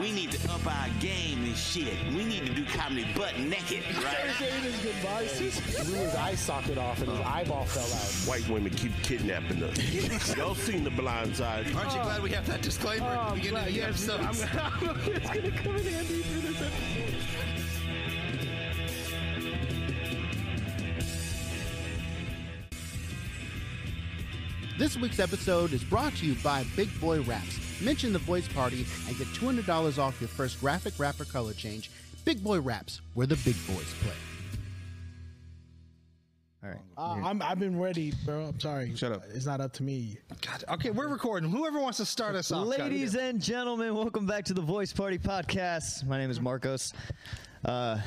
We need to up our game and shit. We need to do comedy butt naked, right? Blew his eye socket off and his eyeball fell out. White women keep kidnapping us. Y'all seen the blind side. Aren't Oh. you glad we have that disclaimer at the beginning of the episode? it's gonna come in handy for this episode. This week's episode is brought to you by Big Boy Wraps. Mention the voice party and get $200 off your first graphic wrapper color change. Big Boy Wraps, where the big boys play. All right. Uh, I'm, I've been ready, bro. I'm sorry. Shut up. It's not up to me. God, okay, we're recording. Whoever wants to start us off, Ladies God. and gentlemen, welcome back to the Voice Party Podcast. My name is Marcos. Uh,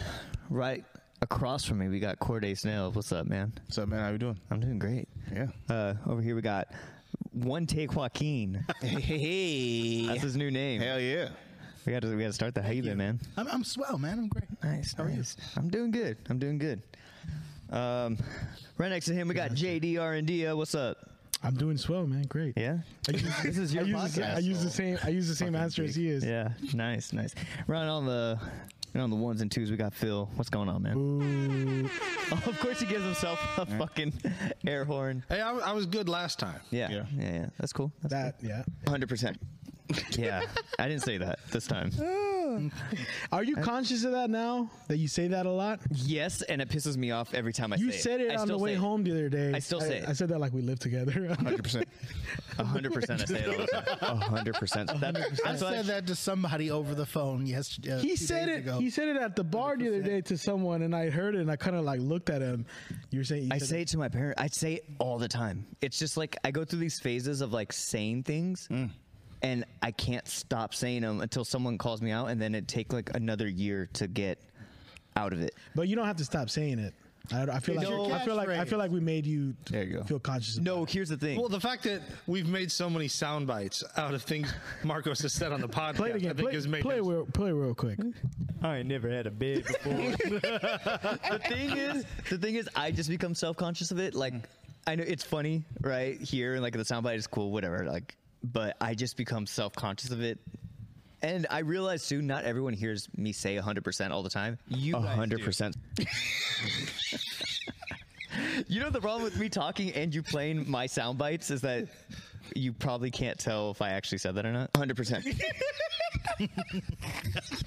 right across from me, we got Corday Snail. What's up, man? What's up, man? How you doing? I'm doing great. Yeah. Uh, over here, we got One Take Joaquin. That's his new name. Hell yeah. We got to we got to start the how you been, man. I'm, I'm swell, man. I'm great. Nice. How are you? I'm doing good. I'm doing good. Um, right next to him, we got JD R and D. What's up? I'm doing swell, man. Great. Yeah. I use, This is your I use, the- podcast. I use the same. I use the same answer as he is. Yeah, nice, nice. Right on the right on the ones and twos, we got Phil. What's going on, man? Oh, of course, he gives himself a fucking air horn. hey, I, I was good last time. Yeah, yeah, Yeah. yeah. That's cool. That's That. Yeah. hundred percent. Yeah, I didn't say that this time. Are you conscious of that now? That you say that a lot. Yes, and it pisses me off every time I You say it. said it I on the still way say it. home the other day. I still say it. I said that like we live together. 100%. A hundred percent, I say it all the time. A hundred percent. That- I That's why. said that to somebody over the phone yesterday. he said it. He said it at the bar the other day to someone, and I heard it, and I kind of like looked at him. You were saying. you I said say it to my parents. I say it all the time. It's just like I go through these phases of like saying things, and I can't stop saying them until someone calls me out, and then it take like another year to get out of it. But you don't have to stop saying it. I, I feel like It's your I feel like I feel like we made you, There you go. feel conscious. No, here's the thing. Well, the fact that we've made so many sound bites out of things Marcos has said on the podcast, play it I again. think Play, has made play, him- real, play real quick. I ain't never had a bed before. the thing is, the thing is, I just become self conscious of it. Like, I know it's funny, right here, and like the soundbite is cool, whatever. Like, but I just become self conscious of it. And I realize too, not everyone hears me say 100% all the time. You 100%. you know the problem with me talking and you playing my sound bites is that you probably can't tell if I actually said that or not. 100%.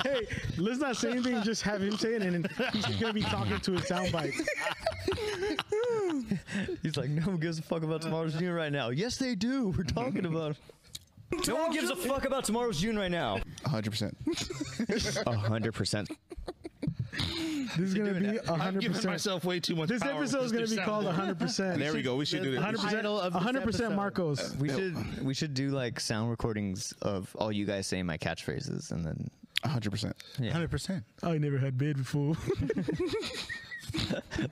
Hey, let's not say anything. Just have him say it, and then he's just gonna be talking to his soundbite. He's like, no one gives a fuck about tomorrow's June right now. Yes, they do. We're talking about. No one gives a fuck about tomorrow's June right now. 100%. A hundred percent. This is gonna be I'm hundred giving percent. myself way too much. This power with episode is gonna new be sound called bite. hundred percent. There we go. We should do that. Hundred percent. Title of this hundred percent. episode. Marcos. We should we should do like sound recordings of all you guys saying my catchphrases and then 100%. 100%. I never had bed before.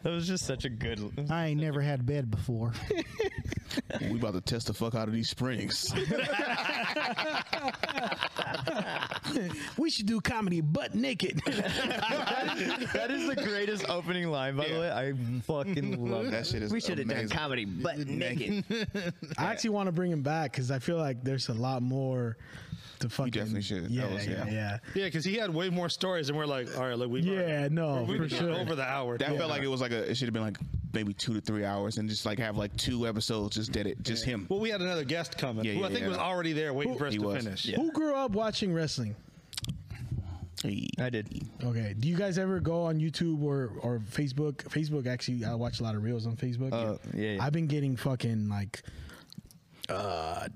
that was just such a good. I ain't never had bed before. We about to test the fuck out of these springs. we should do comedy butt naked. that is the greatest opening line, by the way. I fucking love That shit is We should have done amazing. comedy, but naked. I actually want to bring him back because I feel like there's a lot more to fucking. definitely should. That Yeah, was- yeah, yeah. yeah. Yeah, because he had way more stories, and we're like, all right, look, we've Yeah, already- no, we've been for sure. over the hour. That Yeah. felt like it was like a, it should have been like maybe two to three hours and just like have like two episodes just did it, just him. Well, we had another guest coming, Yeah, who yeah, I think yeah. was already there waiting for us He to was. finish. Who grew up watching wrestling? Hey. I did. Okay. Do you guys ever go on YouTube or or Facebook? Facebook actually, I watch a lot of reels on Facebook. Oh, yeah, yeah. I've been getting fucking like, uh,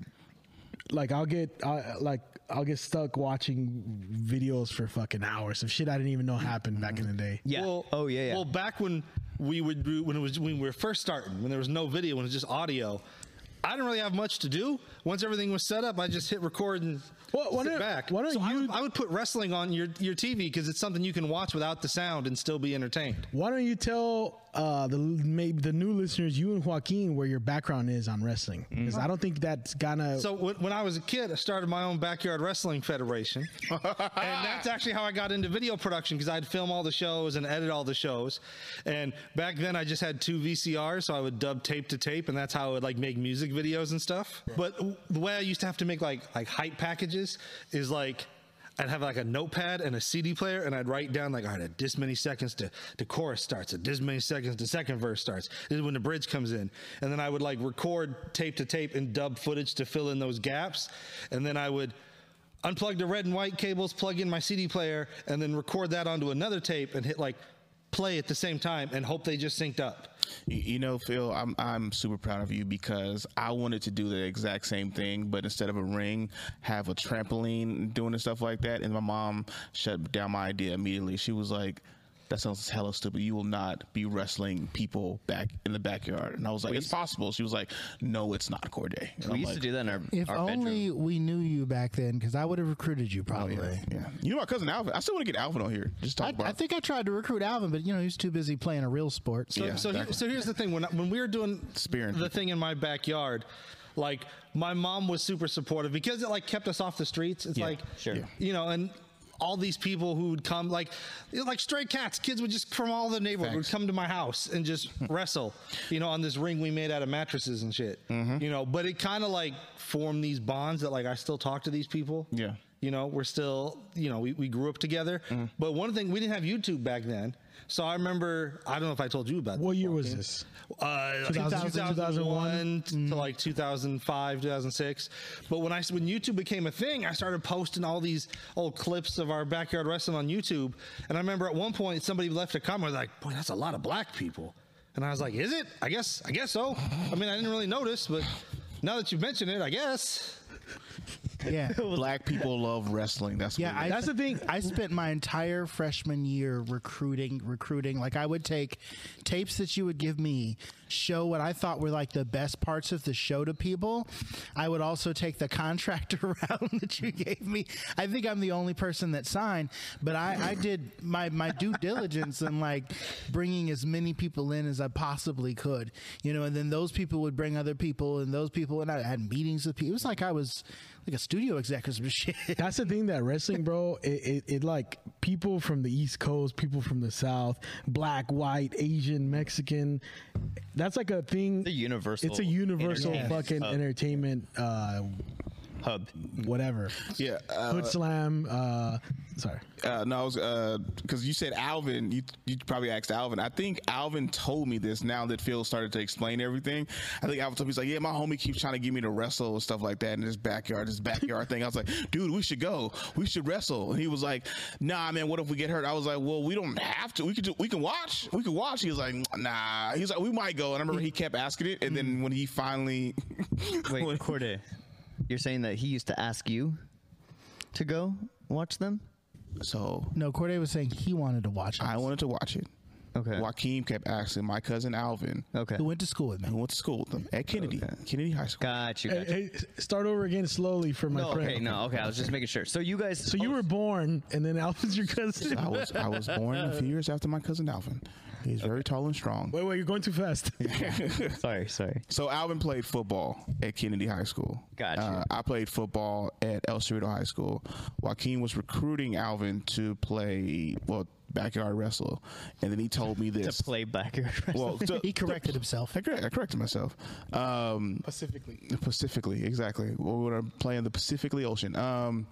like I'll get I like I'll get stuck watching videos for fucking hours of shit I didn't even know happened back in the day. Yeah. Well, oh yeah. yeah. Well, back when we would do when it was when we were first starting, when there was no video, when it was just audio. I didn't really have much to do. Once everything was set up, I just hit record and Well, why sit don't- back. why don't So I, you- would, I would put wrestling on your, your TV because it's something you can watch without the sound and still be entertained. Why don't you tell uh, the maybe the new listeners, you and Joaquin, where your background is on wrestling? Mm-hmm. Because I don't think that's gonna. So when, when I was a kid, I started my own backyard wrestling federation, and that's actually how I got into video production because I'd film all the shows and edit all the shows. And back then, I just had two VCRs, so I would dub tape to tape, and that's how I would like make music videos and stuff. But w- the way I used to have to make like like hype packages is like. I'd have like a notepad and a CD player, and I'd write down like, all right, at this many seconds the the chorus starts, at this many seconds the second verse starts. This is when the bridge comes in, and then I would like record tape to tape and dub footage to fill in those gaps, and then I would unplug the red and white cables, plug in my CD player, and then record that onto another tape and hit like play at the same time and hope they just synced up. You, you know, Phil, I'm I'm super proud of you because I wanted to do the exact same thing, but instead of a ring, have a trampoline doing and stuff like that. And my mom shut down my idea immediately. She was like, "That sounds hella stupid. You will not be wrestling people back in the backyard." And I was like, "It's possible." She was like, "No, it's not, Corday." And We I'm used to like, do that in our, If our only bedroom. we knew you back then, because I would have recruited you probably. Oh, Yeah, you know my cousin Alvin. I still want to get Alvin on here. Just talk I, about. I think I tried to recruit Alvin, but you know he was too busy playing a real sport. So, Yeah, so, he- exactly. so here's the thing: when I- when we were doing the Spearing people. thing in my backyard, like my mom was super supportive because it like kept us off the streets. It's like sure. Yeah. you know, and all these people who would come, like you know, like stray cats, kids would just from all the neighborhood would Facts. Hmm. come to my house and just wrestle, you know, on this ring we made out of mattresses and shit. Mm-hmm. You know, but it kind of like formed these bonds that like I still talk to these people. Yeah. You know, we're still, you know, we, we grew up together. But one thing, we didn't have YouTube back then. So I remember, I don't know if I told you about What this, year was Vulcan. this? Uh, like 2000, 2001 to like 2005, 2006. But when I s- when YouTube became a thing, I started posting all these old clips of our backyard wrestling on YouTube. And I remember at one point somebody left a comment like, "Boy, that's a lot of black people." And I was like, "Is it? I guess. I guess so. I mean, I didn't really notice, but now that you mention it, I guess." Yeah, Black people love wrestling. That's yeah. What it I, is. that's the thing. I spent my entire freshman year recruiting, recruiting. Like I would take tapes that you would give me, show what I thought were like the best parts of the show to people. I would also take the contractor round that you gave me. I think I'm the only person that signed, but I, I did my my due diligence in like bringing as many people in as I possibly could. You know, and then those people would bring other people, and those people, and I had meetings with people. It was like I was like a studio exec or some shit. That's the thing that wrestling, bro, it, it, it like people from the East Coast, people from the South, black, white, Asian, Mexican. That's like a thing. It's a universal It's a universal entertainment fucking hub. entertainment, uh, hub. whatever. yeah. uh, Hood slam. Uh, sorry. Uh, no, I was because you said Alvin. You you probably asked Alvin. I think Alvin told me this. Now that Phil started to explain everything, I think Alvin told me he's like, yeah, my homie keeps trying to get me to wrestle and stuff like that in his backyard, this backyard thing. I was like, dude, we should go. We should wrestle. And he was like, nah, man. What if we get hurt? I was like, well, we don't have to. We could do. We can watch. We can watch. He was like, nah. He was like, we might go. And I remember he kept asking it, and Mm. then when he finally, Wait, Corday, you're saying that he used to ask you to go watch them? so No, Corday was saying he wanted to watch. Us. I wanted to watch it. Okay. Joaquin kept asking my cousin Alvin. Okay. who went to school with me. who went to school with them at Kennedy, Kennedy High School. Got you. Hey, Got you. hey, start over again slowly for my No, friend. okay, no, okay. I was just making sure. So you guys, oh, So you were born, and then Alvin's your cousin. I was I was born a few years after my cousin Alvin. He's very tall and strong. Wait, wait, you're going too fast. sorry, sorry. So Alvin played football at Kennedy High School. Gotcha. Uh, I played football at El Cerrito High School. Joaquin was recruiting Alvin to play well backyard wrestle, and then he told me this. To play backyard wrestling. Well, to- He corrected himself. I, correct, I corrected myself. Um, Specifically, Pacifically, exactly. We were playing the Pacifically Ocean um,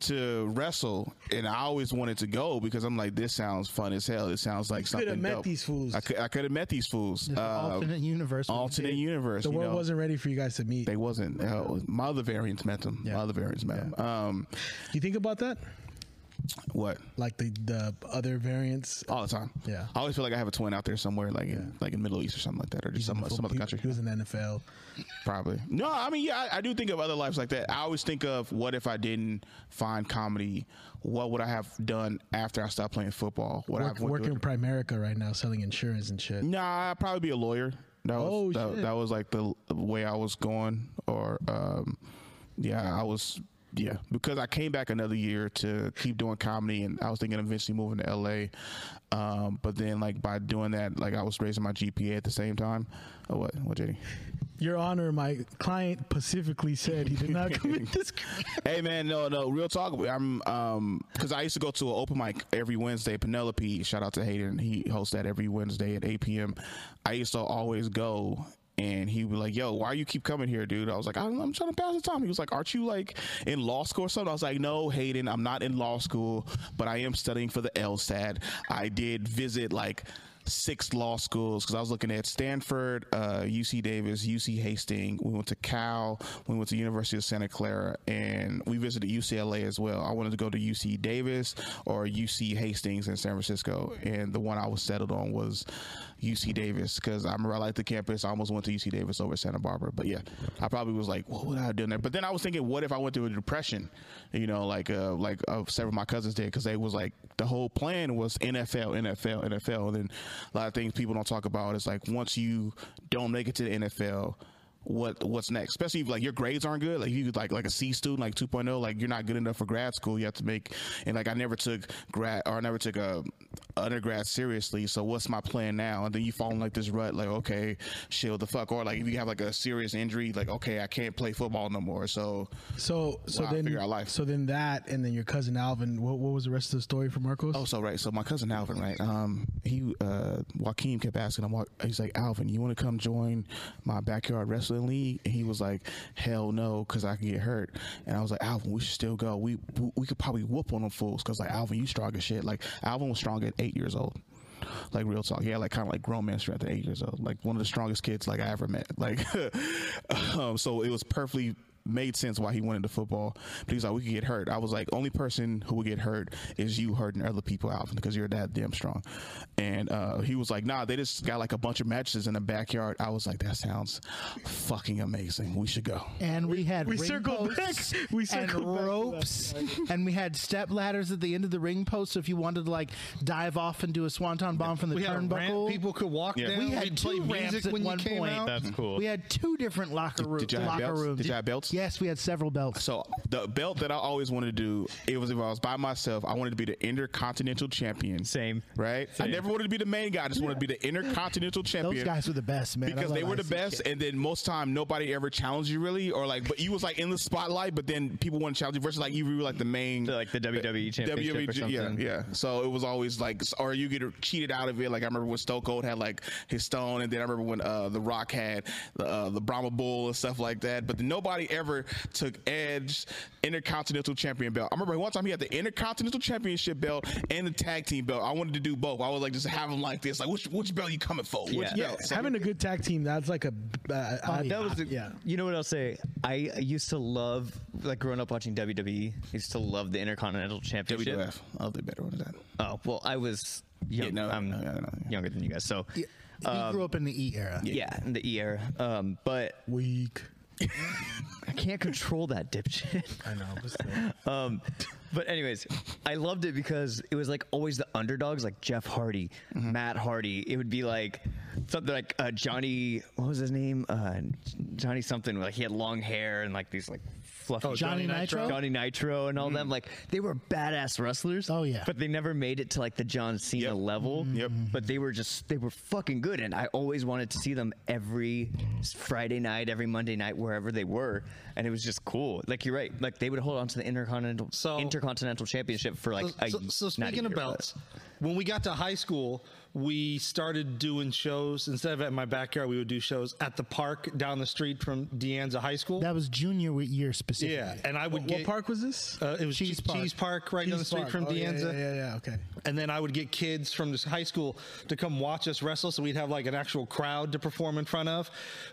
to wrestle, and I always wanted to go because I'm like, this sounds fun as hell. It sounds like something. coulda met dope. these fools. I could, I could have met these fools. Uh, alternate universe. we alternate did. universe. The you world know. wasn't ready for you guys to meet. They wasn't. Uh, my other variants met them. My other variants met them. Um, you think about that? what? Like the the other variants. All the time. Yeah. I always feel like I have a twin out there somewhere, like in like in Middle East or something like that, or just some some other He- country. He was in the NFL. Probably. No, I mean, yeah, I, I do think of other lives like that. I always think of what if I didn't find comedy? What would I have done after I stopped playing football? What Work, I went working through- Primerica right now, selling insurance and shit. Nah, I'd probably be a lawyer. That was Oh, that, shit. that was like the l- way I was going, or um, yeah, I was yeah because I came back another year to keep doing comedy, and I was thinking eventually moving to L.A. Um, but then like by doing that, like I was raising my GPA at the same time. Oh, what? What, Jenny? Mm-hmm. Your Honor, my client specifically said he did not commit this. crime. hey man, no, no, real talk. I'm um because I used to go to an open mic every Wednesday. Penelope, shout out to Hayden, he hosts that every Wednesday at 8 p.m. I used to always go. and he was like, "Yo, why you keep coming here, dude?" I was like, "I'm, I'm trying to pass the time." He was like, "Aren't you like in law school or something?" I was like, "No, Hayden, I'm not in law school, but I am studying for the LSAT. I did visit like." six law schools because I was looking at Stanford, uh, UC Davis, UC Hastings. We went to Cal. We went to University of Santa Clara, and we visited UCLA as well. I wanted to go to UC Davis or UC Hastings in San Francisco, and the one I was settled on was UC Davis because I remember I liked the campus. I almost went to UC Davis over Santa Barbara, but yeah, I probably was like, what would I have done there? But then I was thinking, what if I went through a depression? You know, like uh, like uh, several of my cousins did because they was like the whole plan was NFL, NFL, NFL, and then a lot of things people don't talk about is like once you don't make it to the NFL what what's next especially if like your grades aren't good like you like like a c student like 2.0 like you're not good enough for grad school you have to make and like i never took grad or i never took a undergrad seriously so what's my plan now and then you fall in like this rut like okay shit what the fuck or like if you have like a serious injury like okay i can't play football no more so So so Wow, then figure out life. so then that and then your cousin Alvin. What, what was the rest of the story for Marcos? Oh, so right. So my cousin Alvin, right? Um, he uh, Joaquin kept asking him. Wa- He's like, Alvin, you want to come join my backyard wrestling league? And he was like, Hell no, because I can get hurt. And I was like, Alvin, we should still go. We we- we could probably whoop on them fools because like Alvin, you strong as shit. Like Alvin was strong at eight years old. Like real talk, yeah, like kind of like grown man strength at eight years old. Like one of the strongest kids like I ever met. Like, um, so it was perfectly made sense why he went into football. But he's like, we could get hurt. I was like, only person who would get hurt is you hurting other people out because you're that damn strong. And uh, he was like, nah, they just got like a bunch of mattresses in the backyard. I was like, that sounds fucking amazing. We should go. and we had we ring circled back. posts We and circled back to that. ropes, and we had step ladders at the end of the ring post. So if you wanted to like dive off and do a swanton bomb from the We had a ramp turnbuckle, people could walk Yeah. down. we had We'd two play ramps music at when one you came point. out. That's cool. We had two different locker rooms. did you have locker belts? rooms. Did you have belts? Yes, we had several belts. So the belt that I always wanted to do, it was if I was by myself, I wanted to be the intercontinental champion. Same. Right? I never wanted to be the main guy. I just wanted to be the intercontinental champion. guys were the best, man. I Because they love were the IC. best, and then most time nobody ever challenged you really, or like, but you was like in the spotlight, but then people want to challenge you versus like you were like the main, E, So, like, the WWE championship or yeah, something. yeah. So it was always like, or you get cheated out of it. Like I remember when Stone Cold had like his stone, and then I remember when uh, The Rock had uh, the Brahma Bull and stuff like that. But nobody ever took Edge Intercontinental Champion belt. I remember one time he had the Intercontinental Championship belt and the Tag Team belt. I wanted to do both. I would like just have him like this, like which which belt you coming for? Which Yeah. belt? So- Oh, Having a good tag team, that's like a. Uh, I- That was the, yeah. You know what I'll say? I used to love like growing up watching WWE. I used to love the Intercontinental Championship. WWF. I'll do better on that. Oh well, I was young. no, I'm no, no, no, yeah. younger than you guys, so yeah, we um, grew up in the E era. in the E era. Um, but Weak. I can't control that dipshit. I know. But still. Um, but anyways, I loved it because it was like always the underdogs, like Jeff Hardy, Mm-hmm. Matt Hardy. It would be like something like uh, Johnny. What was his name? Uh, Johnny something. Like he had long hair and like these like fluffy. Oh, Johnny Johnny Nitro? Nitro? Johnny Nitro, and all them. Like they were badass wrestlers. Mm. Oh, yeah. But they never made it to like the John Cena Yep. level. Mm-hmm. Yep. But they were just they were fucking good, and I always wanted to see them every Friday night, every Monday night, wherever they were, and it was just cool. Like you're right. Like they would hold on to the intercontinental So- intercontinental championship for like a, so, so, so not a speaking year, of but- belts, when we got to high school, we started doing shows instead of at my backyard. We would do shows at the park down the street from Deanza High School. That was junior w- year specifically. yeah, and I would what, get what park was this? Uh, it was Cheese Cheese Park. Park, Cheese Park right down the East street Park. from Oh, yeah, Deanza. Yeah, yeah, yeah. Okay. And then I would get kids from this high school to come watch us wrestle. So we'd have like an actual crowd to perform in front of.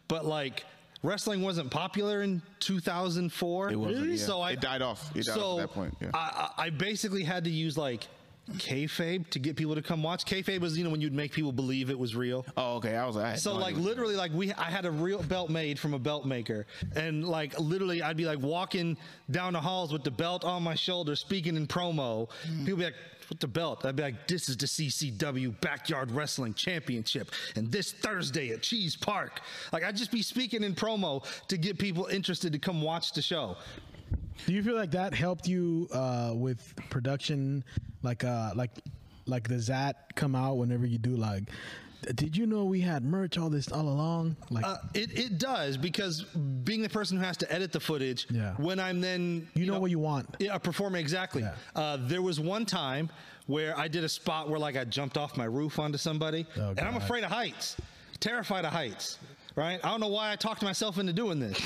But like wrestling wasn't popular in 2004. It wasn't, Really? yeah. So I, It died off. It died off at so that point, yeah. I, I I basically had to use like kayfabe to get people to come watch. Kayfabe was, you know, when you'd make people believe it was real. Oh, okay. I was like, I had So no like idea. literally like we I had a real belt made from a belt maker and like literally I'd be like walking down the halls with the belt on my shoulder speaking in promo. People be like what the belt? I'd be like this is the CCW Backyard Wrestling Championship and this Thursday at Cheese Park. Like I'd just be speaking in promo to get people interested to come watch the show. Do you feel like that helped you uh, with production? Like, uh, like, like does that come out whenever you do like? Did you know we had merch all this all along? Like, Uh, it, it does because being the person who has to edit the footage, Yeah. when I'm then you know, what you want. Yeah, a performer, exactly. Yeah. Uh, there was one time where I did a spot where like I jumped off my roof onto somebody, Oh, and I'm God. afraid of heights, terrified of heights. right? I don't know why I talked myself into doing this.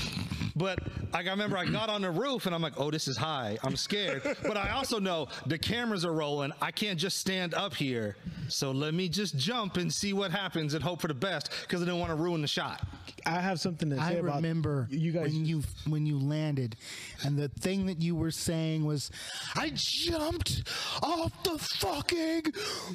But like I remember I got on the roof and I'm like, oh, this is high. I'm scared. but I also know the cameras are rolling. I can't just stand up here. So let me just jump and see what happens and hope for the best because I didn't want to ruin the shot. I have something to say I about remember you guys. when you when you landed, and the thing that you were saying was, "I jumped off the fucking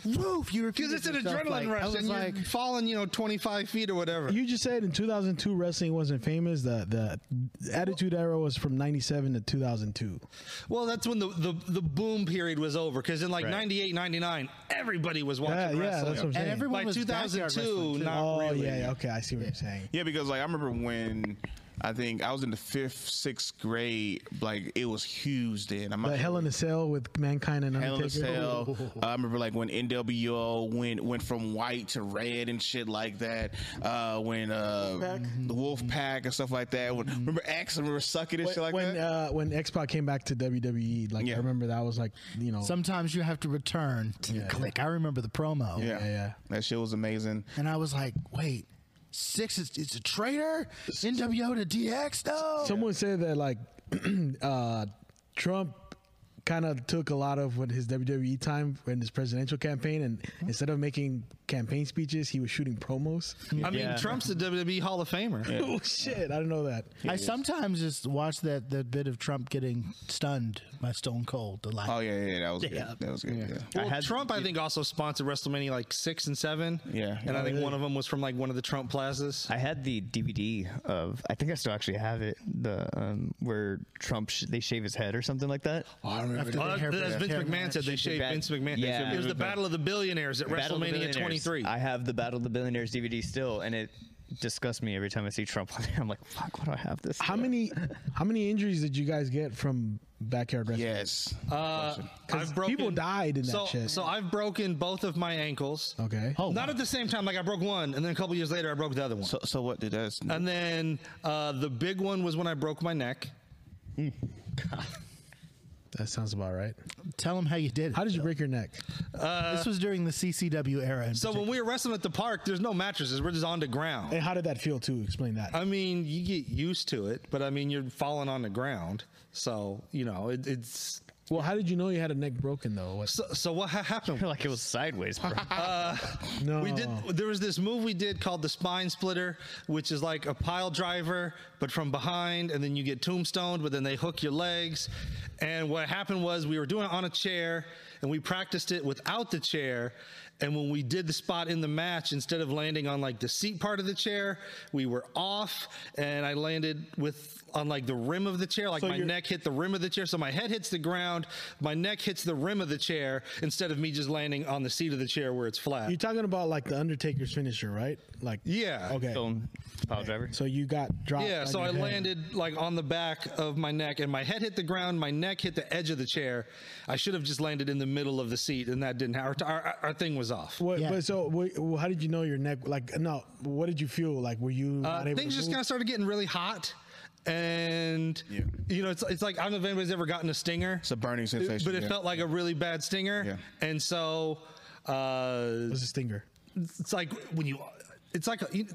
roof." You Because it's an adrenaline rush I was and like, you're falling, you know, 25 feet or whatever. you just said in 2002 wrestling wasn't famous. The the Attitude Era was from 97 to 2002. Well, that's when the, the, the boom period was over because in like Right. 98, 99, everybody was Yeah, watching yeah, wrestling. that's what I'm saying. and everyone By was backyard 2002, wrestling, too. not oh really. yeah, yeah, okay, I see what you're saying. Yeah, because like I remember when I think I was in the fifth, sixth grade, like it was huge then. I'm not The sure. Hell in a Cell with Mankind and Hell in a Undertaker. Cell. Uh, I remember like when NWO went went from white to red and shit like that. Uh, when uh, the Wolfpack and stuff like that. When, remember X? I remember sucking and shit like Mm-hmm. when that. uh, when X Pac came back to WWE, like Yeah. I remember that was like you know Sometimes you have to return to the click. I remember the promo. yeah. uh, yeah, yeah. that shit was amazing. And I was like, wait, six is it's a traitor? NWO to DX? No. Someone said that like uh, Trump kind of took a lot of what his WWE time in his presidential campaign, and instead of making campaign speeches, he was shooting promos. I mean, Yeah. Trump's the WWE E Hall of Famer. oh shit! I didn't know that. I sometimes just watch that, that bit of Trump getting stunned by Stone Cold. The Oh live. yeah, yeah, that was good. That was good. Yeah. Well, had- Trump, I think, also sponsored WrestleMania like six and seven. Yeah. and Oh, I think one of them was from like one of the Trump plazas. I had the DVD of I think I still actually have it the um, where Trump sh- they shave his head or something like that. after the Oh, hair- as Vince hair- McMahon said, they shaved back. Vince McMahon. Yeah. It was the Battle of the Billionaires at Battle of the WrestleMania Billionaires. 23. I have the Battle of the Billionaires DVD still, and it disgusts me every time I see Trump on there. I'm like, fuck, why do I have this? How many how many injuries did you guys get from backyard wrestling? Yes. Uh, I've people died in that so, shit. So I've broken both of my ankles. Okay. Oh, Not at the same time. Like I broke one, and then a couple years later, I broke the other one. so, so what did that? and then uh, the big one was when I broke my neck. That sounds about right. Tell them how you did it. How did you break your neck? this was during the CCW era. in So when we were wrestling at the park, there's no mattresses. We're just on the ground. And how did that feel too? Explain that. I mean, you get used to it, but I mean, you're falling on the ground, so you know it, it's. well, how did you know you had a neck broken though? What- So, so what ha- happened? like it was sideways, bro. no, We did. There was this move we did called the spine splitter, which is like a pile driver, but from behind, and then you get tombstoned, but then they hook your legs. And what happened was we were doing it on a chair, and we practiced it without the chair. And when we did the spot in the match, instead of landing on like the seat part of the chair, we were off, and I landed with on like the rim of the chair, like So my you're- neck hit the rim of the chair. So my head hits the ground, my neck hits the rim of the chair instead of me just landing on the seat of the chair where it's flat. You're talking about like the Undertaker's finisher, right? Like Yeah. Okay. Film, pile driver. So you got dropped. Yeah, on so your I head. landed like on the back of my neck, and my head hit the ground. My neck hit the edge of the chair. I should have just landed in the middle of the seat, and that didn't happen. Our, our, our thing was off. What, Yeah. But so, wh- wh- how did you know your neck? Like, no, what did you feel? Like, were you Uh, not able things to just move? kind of started getting really hot, and you know, it's it's like I don't know if anybody's ever gotten a stinger, It's a burning sensation. but it yeah. felt like a really bad stinger, Yeah. and so uh, It was a stinger. it's like when you. It's like, a, you-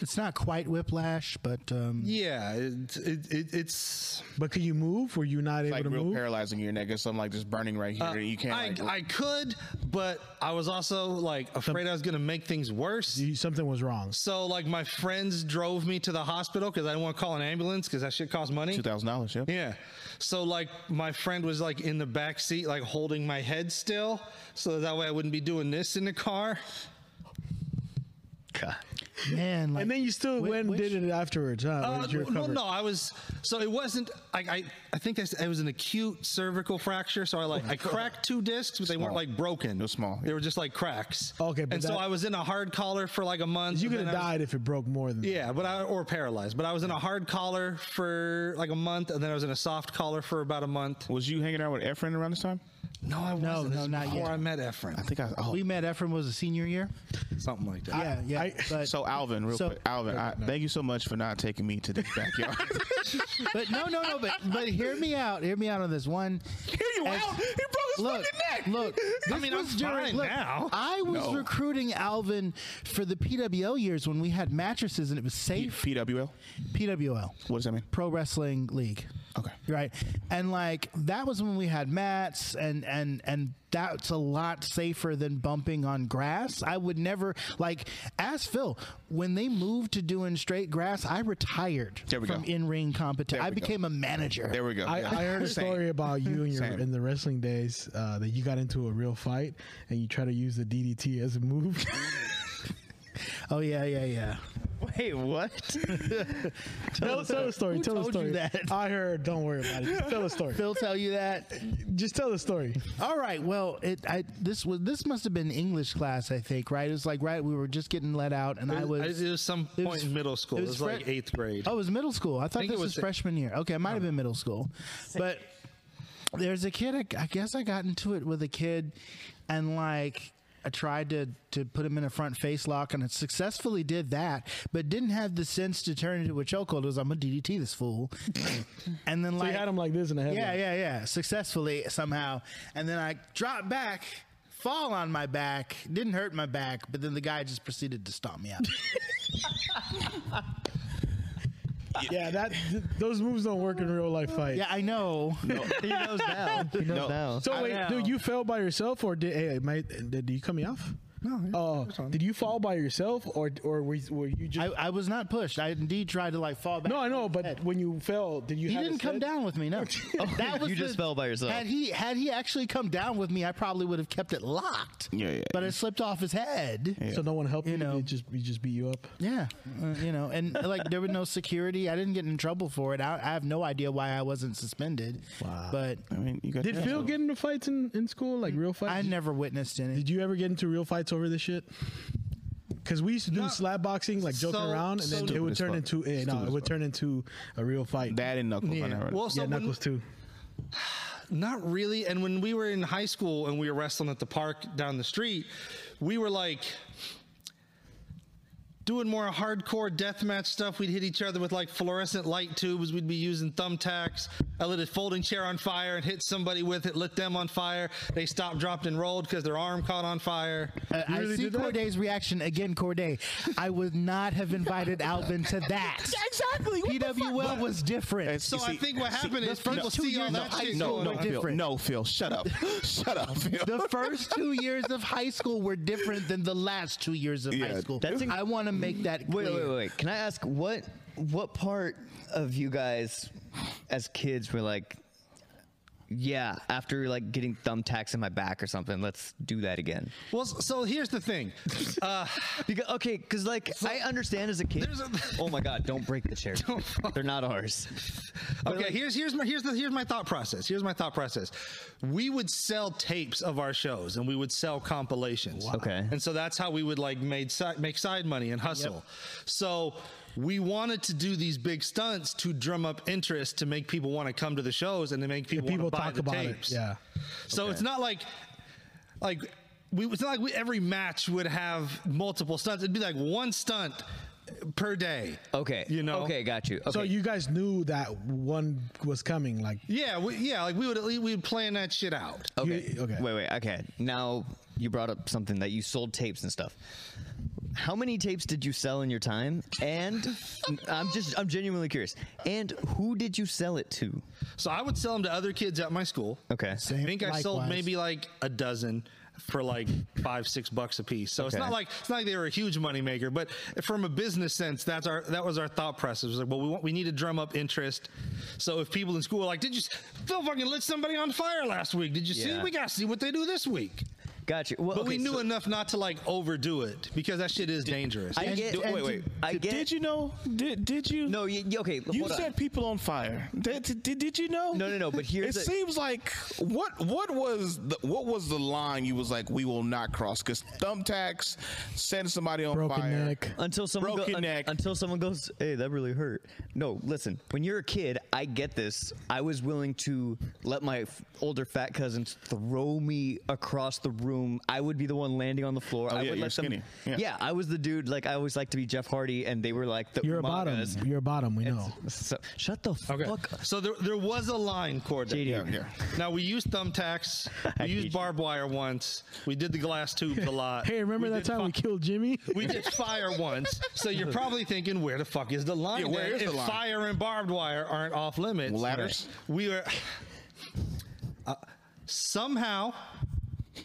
It's not quite whiplash, but um, yeah, it, it, it, it's. But could you move? Were you not able like to real move? paralyzing your neck or something like just burning right here. and you can't. Uh, I, like, I could, but I was also like afraid I was gonna make things worse. You- something was wrong. So like my friends drove me to the hospital because I didn't want to call an ambulance because that shit costs money. two thousand dollars. Yeah. Yeah. So like my friend was like in the back seat, like holding my head still, so that way I wouldn't be doing this in the car. man, like, And then you still Wh- went and which- did it afterwards, huh? Uh, Or did you no, recover? no, I was so it wasn't. I I, I think I, s- it was an acute cervical fracture. So I like I cracked two discs, but they weren't Small. like broken. It was small. They were just like cracks. Okay, but and so that- I was in a hard collar for like a month. You and could have then I was- died if it broke more than Yeah, but I or paralyzed. But I was in a hard collar for like a month, and then I was in a soft collar for about a month. Was you hanging out with Efren around this time? No, I wasn't. no, This was not before yet. I met Efren. I think I. Oh, we met Ephraim was a senior year. something like that. Yeah, yeah. I- but, so Alvin, real So- quick. Alvin, I, thank you so much for not taking me to the backyard. but no, no, no. But but hear me out. Hear me out on this one. Hear you As- out? He broke his look, look. This I mean, I'm was during, fine look, now. I was No. recruiting Alvin for the PWO years when we had mattresses and it was safe. PWL. PWL, What does that mean? Pro Wrestling League. Okay. Right. And like that was when we had mats and and and that's a lot safer than bumping on grass. I would never like ask Phil when they moved to doing straight grass, I retired There we from go. in-ring competition. There I we go. became a manager. There we go. I, Yeah. I heard a Same. story about you and your Same. in the wrestling days uh, that you got into a real fight and you try to use the DDT as a move. oh yeah, yeah, yeah. Wait, what? tell, tell a story. Who tell a told story. you that? I heard. Don't worry about it. Just tell a story. Phil tell you that. Just tell a story. All right. Well, it I this was this must have been English class, I think, right? It was like right we were just getting let out and I was it was some it point in middle school. It was, fre- like eighth grade. Oh, it was middle school. I thought think this it was, was- freshman year. Okay, it might have been middle school, but there's a kid. I, I guess I got into it with a kid, and like I tried to to put him in a front face lock, and I successfully did that, but didn't have the sense to turn into a chokehold. It was I'm gonna DDT this fool, and then So like you had him like this in the head. yeah, yeah, yeah. Successfully somehow. And then I dropped back, fall on my back, didn't hurt my back, but then the guy just proceeded to stomp me out. Yeah, that th- those moves don't work in real life fights. yeah, I know. he knows now. He knows now. So wait, dude, you fell by yourself, or did hey, my, did you cut me off? No. Oh, did you fall by yourself, or or were, were you just? I, I was not pushed. I indeed tried to like fall back. no, I know, but when you fell, did you? he have a didn't come set? down with me. No, that you just fell by yourself. Had he had he actually come down with me, I probably would have kept it locked. Yeah, yeah. But it slipped off his head. So no one helped you. You know. They just you just beat you up. Yeah, uh, you know, and like there was no security. I didn't get in trouble for it. I, I have no idea why I wasn't suspended. Wow. But I mean, you got Did yeah. Phil get into fights in, in school, like real fights? I never witnessed any. Did you ever get into real fights over this shit? Because we used to do slap boxing, like joking so- around, and so then it would as turn fuck. into a, no, Stupid it as would fuck. turn into a real fight. that in Knuckles? I never heard Well, of. so yeah, when- Knuckles too. Not really. And when we were in high school and we were wrestling at the park down the street, we were like doing more hardcore deathmatch stuff. We'd hit each other with like fluorescent light tubes. We'd be using thumbtacks. I lit a folding chair on fire and hit somebody with it, lit them on fire. They stopped, dropped, and rolled because their arm caught on fire. Uh, I really see did that? Corday's reaction again. Corday, I would not have invited Alvin to that. exactly. PWL was different. So I think what happened is first people two see all years of that high shit going school No, no, were on. Phil. different. No, Phil. Shut up. shut up, Phil. The first two years of high school were different than the last two years of high Yeah. school. That's inc- I want to make that Wait, clear. wait, wait, wait. Can I ask what what part of you guys as kids were like, yeah, after like getting thumbtacks in my back or something, let's do that again? Well, so here's the thing. Uh, Because okay, because like I understand as a kid. There's a- oh my god, don't break the chair. They're not ours. Okay, here's here's my here's the here's my thought process. Here's my thought process. We would sell tapes of our shows and we would sell compilations. Okay. And so that's how we would like made si- make side money and hustle. So we wanted to do these big stunts to drum up interest to make people want to come to the shows and to make people, People want to buy talk the about tapes. it. Yeah. So it's not like like we it's not like we, every match would have multiple stunts. It'd be like one stunt per day. Oh. Okay. You know. Okay, got you. Okay. So you guys knew that one was coming. Like, Yeah, we, yeah, like we would at least we would plan that shit out. Okay. You- okay. Wait, wait. Okay. Now you brought up something that you sold tapes and stuff. How many tapes did you sell in your time? And I'm just I'm genuinely curious. And who did you sell it to? So I would sell them to other kids at my school. Okay. I think I sold Likewise. maybe like a dozen for like five, six bucks a piece. So it's Okay. not like it's not like they were a huge money maker, but from a business sense, that's our that was our thought process. It was like, well, we want we need to drum up interest. So if people in school are like, did you s- Phil fucking lit somebody on fire last week? Did you Yeah. see? We gotta see what they do this week. Got you. Well, But we okay, knew so enough not to like overdo it because that shit is dangerous. I get. and wait, wait. did- I Did- get. Did you know? Did did you? No. You, you- okay. You hold on. set people on fire. Did, did, did you know? No, no, no, but here's it the- seems like what what was the, what was the line you was like we will not cross because thumbtacks, setting somebody on Broken fire, neck. until someone Broken un- neck. until someone goes, "Hey, that really hurt." No, listen. When you're a kid, I get this. I was willing to let my f- older fat cousins throw me across the room room. I would be the one landing on the floor. I yeah, would you're let them- skinny. Yeah. Yeah. I was the dude. Like I always like to be Jeff Hardy, and they were like the You're a bottom. umagas. You're a bottom. We know. So, shut the fuck up. So there, there was a line, Corday. JD. Yeah. Now we used thumbtacks. We used barbed wire once. We did the glass tubes a lot. Hey, remember We that did time we fi- killed Jimmy? We did fire once. So you're probably thinking, where the fuck is the line? Yeah, where then is the if line? Fire and barbed wire aren't off limits. Ladders? We were Uh, somehow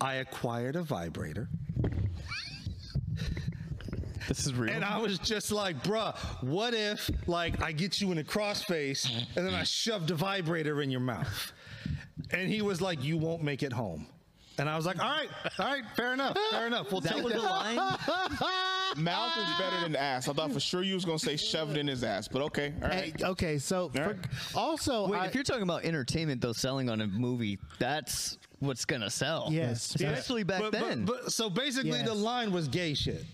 I acquired a vibrator. This is real. And I was just like, bruh, what if like I get you in a crossface and then I shoved a vibrator in your mouth? And he was like, you won't make it home. And I was like, all right, all right, fair enough, fair enough. We'll that take was the line. Mouth is better than ass. I thought for sure you was gonna say shoved in his ass, but okay, all Hey, right. okay, so for- right. also, Wait, I- if you're talking about entertainment though, selling on a movie, that's what's gonna sell. Yes. Yeah. especially back But- but- then. But, so basically, Yes. the line was gay shit.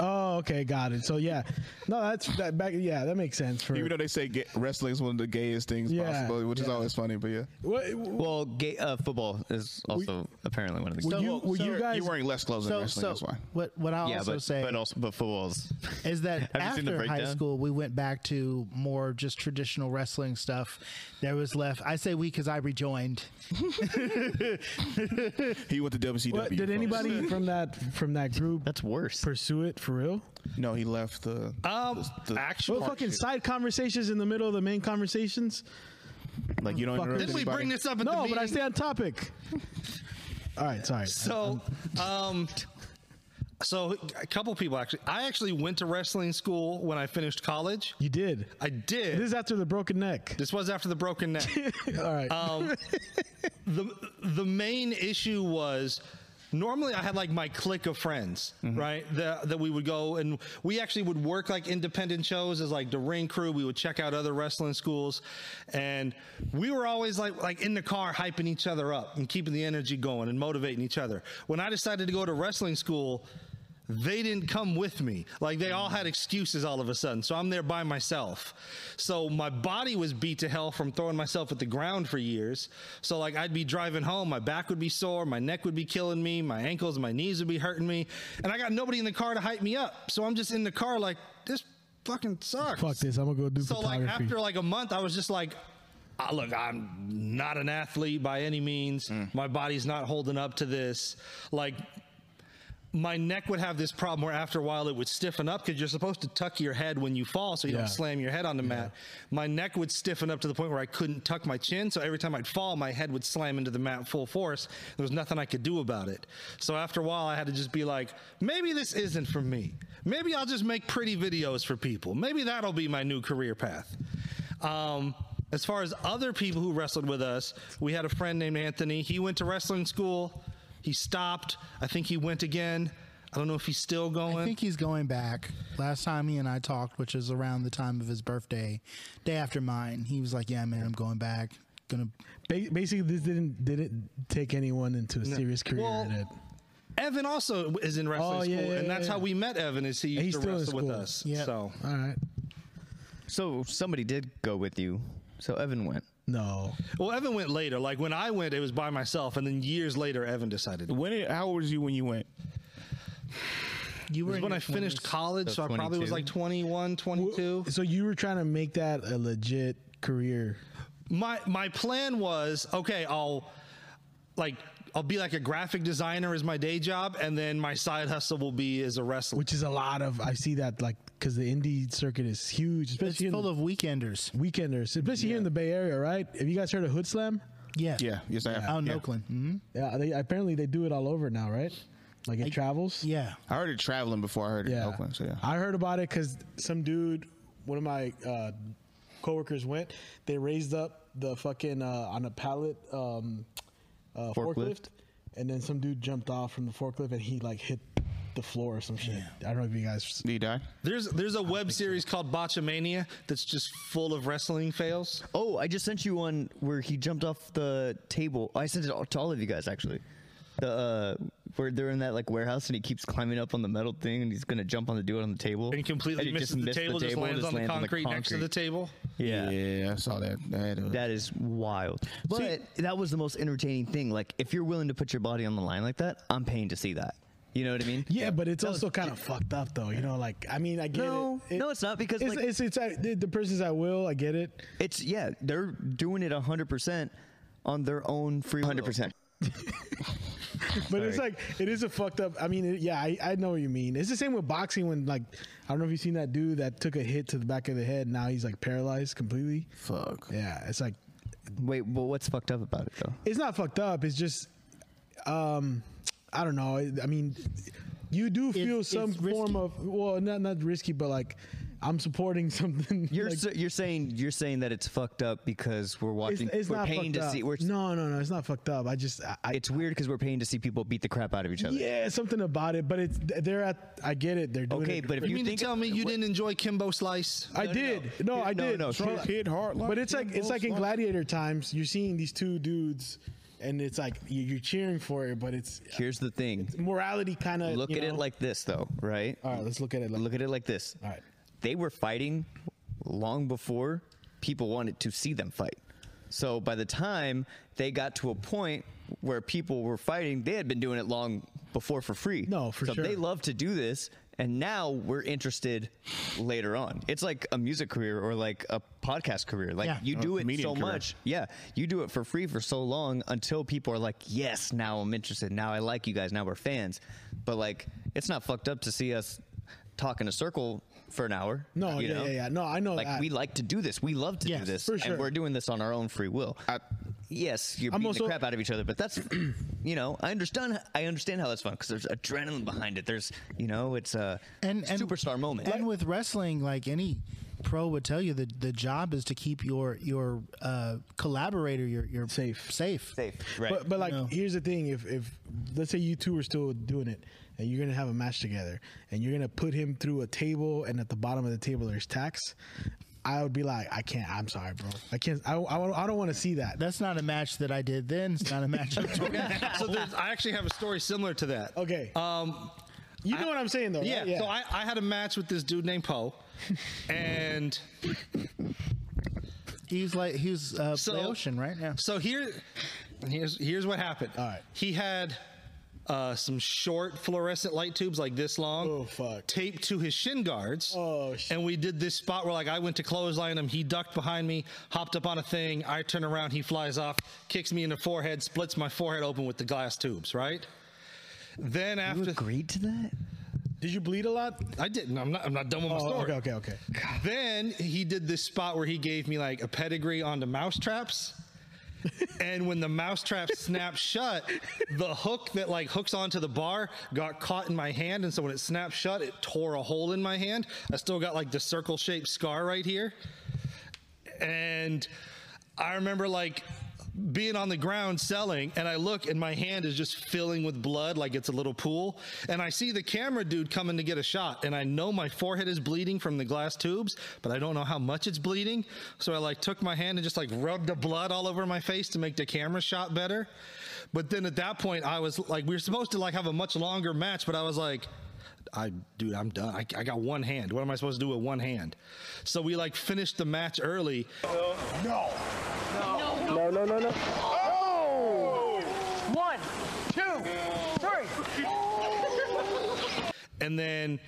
Oh, okay, got it. So yeah, no, that's that back. Yeah, that makes sense. For Even though they say ga wrestling is one of the gayest things Yeah, possible, which is yeah. always funny, but yeah. what, well, gay, uh, football is also apparently one of the. were you, well, were so you you're- guys? You're wearing less clothes than so, wrestling, so that's why. what what I yeah, also but say but also but footballs. is that Have you seen the after high breakdown? school we went back to more just traditional wrestling stuff. There was left. I say we because I rejoined. He went to WCW. what, did folks. anybody from that from that group That's worse. pursue it for real? No, he left the. Um, actual. Oh. Well, fucking side conversations in the middle of the main conversations. like you don't. fuck. interrupt Didn't we anybody? bring this up at the No, meeting? but I stay on topic. All right, sorry. So, um, so a couple people actually. I actually went to wrestling school when I finished college. you did. I did. This This, is after the broken neck. was after the broken neck. All right. um, the the main issue was. Normally, I had like my clique of friends, right? That, that we would go and we actually would work like independent shows as like the ring crew. We would check out other wrestling schools, and we were always like like in the car hyping each other up and keeping the energy going and motivating each other. When I decided to go to wrestling school, they didn't come with me. Like they all had excuses all of a sudden. So I'm there by myself. So my body was beat to hell from throwing myself at the ground for years. So like I'd be driving home, my back would be sore, my neck would be killing me, my ankles, my knees would be hurting me, and I got nobody in the car to hype me up. So I'm just in the car like this fucking sucks. Fuck this. I'm gonna go do So like photography. after like a month, I was just like, ah, look, I'm not an athlete by any means. My body's not holding up to this. Like my neck would have this problem where after a while it would stiffen up because you're supposed to tuck your head when you fall so you Yeah. don't slam your head on the mat. My neck would stiffen up to the point where I couldn't tuck my chin. So every time I'd fall, my head would slam into the mat full force. There was nothing I could do about it. So after a while, I had to just be like, maybe this isn't for me. Maybe I'll just make pretty videos for people. Maybe that'll be my new career path. Um, as far as other people who wrestled with us, we had a friend named Anthony. He went to wrestling school. He stopped. I think he went again. I don't know if he's still going. I think he's going back. Last time he and I talked, which was around the time of his birthday, day after mine, he was like, "Yeah, man, I'm going back. Gonna Ba- basically, this didn't didn't take anyone into a serious career Well, in it. Evan also is in wrestling Oh, yeah, school, yeah, and yeah, that's yeah. how we met Evan. Is he used he's to still in wrestle with school. us? Yeah. So All right. So somebody did go with you. So Evan went. No. well, Evan went later. Like when I went, it was by myself, and then years later, Evan decided. It When? Did, how old was you when you went? you were was in when your I finished 20s. college, so, So I probably was 22? like 21, 22. So you were trying to make that a legit career. my my plan was okay i'll like i'll be like a graphic designer as my day job and then my side hustle will be as a wrestler which is a lot of I see that like because the indie circuit is huge, It's especially in full the of weekenders. weekenders, especially here in the Bay Area, right? Have you guys heard of Hood Slam? Yeah, Yeah, yes, I have. Oh, out in yeah. Oakland. hmm Yeah, they, apparently they do it all over now, right? Like it travels. Yeah, I heard it traveling before I heard it yeah. in Oakland. So yeah, I heard about it because some dude, one of my uh, coworkers went. They raised up the fucking uh, on a pallet um, uh, forklift. Forklift. and then some dude jumped off from the forklift and he like hit the floor or some shit. I don't know if you guys. did he die? there's there's a web series called botchamania that's just full of wrestling fails Oh, I just sent you one where he jumped off the table. I sent it all- to all of you guys actually. The uh, where they're in that like warehouse and he keeps climbing up on the metal thing and he's gonna jump on the dude on the table And completely he misses just the missed table, just table and lands on the lands concrete next to the concrete. table. yeah. Yeah, I saw that. That, uh, That is wild. But that was the most entertaining thing. Like, if you're willing to put your body on the line like that, I'm paying to see that. You know what I mean? Yeah, but it's also kind of fucked up, though. You know, like I mean, I get No. it. It- No, it's not, because, it's like- it's, it's at, the, the person's at will. I get it. It's, yeah, they're doing it 100% on their own free 100%. But it's like it is a fucked up. I mean, it, yeah, I, I know what you mean. It's the same with boxing when like I don't know if you've seen that dude that took a hit to the back of the head. Now he's like paralyzed completely. fuck. Yeah, it's like Wait, but what's fucked up about it, though? it's not fucked up. It's just, um, I don't know. I I mean, you do feel it's some risky. form of well, not not risky, but like I'm supporting something. You're like, s- you're saying you're saying that it's fucked up because we're it's, watching it's we're not paying fucked to up. see we're no, no, no. It's not fucked up. I just I, I it's weird because we're paying to see people beat the crap out of each other. yeah, something about it. But it's they're at. I get it. They're doing Okay, it- but if You, you, mean think to tell me you what- didn't enjoy Kimbo Slice? I did. No, Here- I no, did. no, Trump straight hit hard like But it's like Jim it's like in Bull's Gladiator times. You're seeing these two dudes, and it's like you- you're cheering for it, but it's Here's the thing. morality kind of. Look at it like this though, right? All right, let's look at it. Like, Look at it like this. All right. They were fighting long before people wanted to see them fight. So by the time they got to a point where people were fighting, they had been doing it long before for free. No, for so sure. They love to do this, and now we're interested later on. It's like a music career or like a podcast career. Like Yeah. you do it comedian so career. much, yeah, you do it for free for so long until people are like, yes, now I'm interested. Now I like you guys. Now we're fans. But like, it's not fucked up to see us talk in a circle for an hour. No, you yeah, know? yeah, yeah. No, I know Like that. we like to do this. We love to do Yes, this, for sure. and we're doing this on our own free will. yes, you're I'm beating also- the crap out of each other, but that's, you know, I understand. I understand how that's fun because there's adrenaline behind it. There's, you know, it's a and, and superstar moment. And with wrestling, like any pro would tell you, the the job is to keep your your uh, collaborator, your your Safe. safe, Safe, right? But, but like, here's the thing: if if let's say you two are still doing it, and you're gonna have a match together, and you're gonna put him through a table, and at the bottom of the table there's tax. I would be like, I can't. I'm sorry, bro. I can't. I, I, I don't want to see that. That's not a match that I did then. It's not a match. I'm doing now. so there's, I actually have a story similar to that. Okay. Uh, Um, you know what I'm saying, though. yeah, right? So I, I had a match with this dude named Poe, and He's like he's uh, So- Blay Ocean right now. so here, here's here's what happened. All right. He had uh, some short fluorescent light tubes like this long. Oh, fuck. Taped to his shin guards. Oh, sh- And we did this spot where like I went to clothesline him. He ducked behind me, hopped up on a thing. I turn around, he flies off, kicks me in the forehead, splits my forehead open with the glass tubes. Right. Then you after agreed to that? Did you bleed a lot? I didn't. I'm not. I'm not done with my Oh, story. okay, okay, okay. Then he did this spot where he gave me like a pedigree on the mousetraps. and when the mousetrap snapped shut, the hook that like hooks onto the bar got caught in my hand. And so when it snapped shut, it tore a hole in my hand. I still got like the circle shaped scar right here. And I remember like being on the ground selling, and I look and my hand is just filling with blood like it's a little pool. And I see the camera dude coming to get a shot, and I know my forehead is bleeding from the glass tubes, but I don't know how much it's bleeding. So I like took my hand and just like rubbed the blood all over my face to make the camera shot better. But then at that point, I was like, we were supposed to like have a much longer match, but I was like, I, dude, I'm done. I, I got one hand. What am I supposed to do with one hand? So we like finished the match early, One, two, three. and then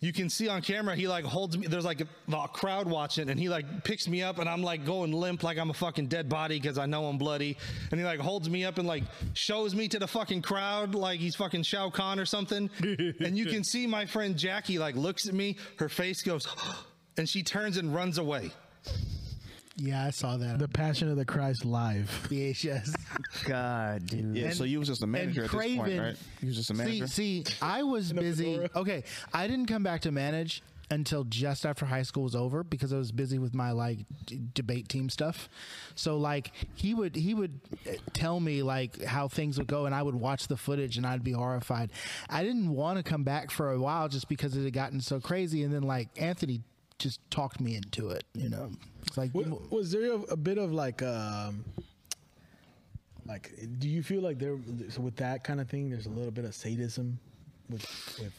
you can see on camera he like holds me there's like a, the crowd watching and he like picks me up and i'm like going limp like i'm a fucking dead body because i know i'm bloody and he like holds me up and like shows me to the fucking crowd like he's fucking shao kahn or something and you can see my friend jackie like looks at me her face goes and she turns and runs away Yeah, I saw that. The Passion of the Christ live. VHS. God, dude. Yeah, so you was just a manager at this point, right? You was just a manager. See, see I was busy. Okay, I didn't come back to manage until just after high school was over because I was busy with my like d- debate team stuff. So like he would he would uh, tell me like how things would go and I would watch the footage and I'd be horrified. I didn't want to come back for a while just because it had gotten so crazy and then like Anthony just talked me into it, you know. It's like Was there a, a bit of like um, Like, do you feel like there so with that kind of thing? There's a little bit of sadism with. with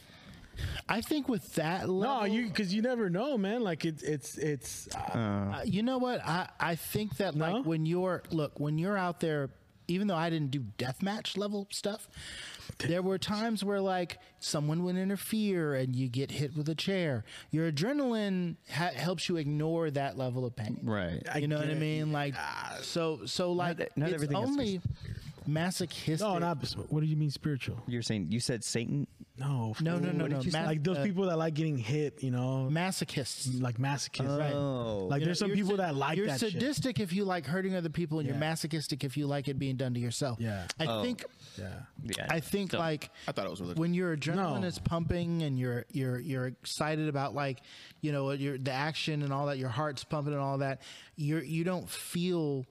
I think with that level, no, you because you never know, man. Like it's it's it's Uh, you know what? I, I think that No? like when you're look when you're out there, even though I didn't do deathmatch level stuff, there were times where like someone would interfere and you get hit with a chair. Your adrenaline ha- helps you ignore that level of pain, Right. You know what I mean? Like so so like that- not it's everything is only masochistic. no, not. What do you mean spiritual? You're saying you said Satan. No, No, no, fool. no, What no. did you say? Mas- like those uh, people that like getting hit, you know, masochists. like masochists. Oh. Like You there's know, some you're people sa- that like you're that shit. sadistic if you like hurting other people, and you're Yeah. masochistic if you like it being done to yourself. Yeah. I Oh. think Yeah. Yeah. I think So- like I thought it was religious. when your adrenaline No. is pumping and you're you're you're excited about like you know your the action and all that, your heart's pumping and all that. You're you don't feel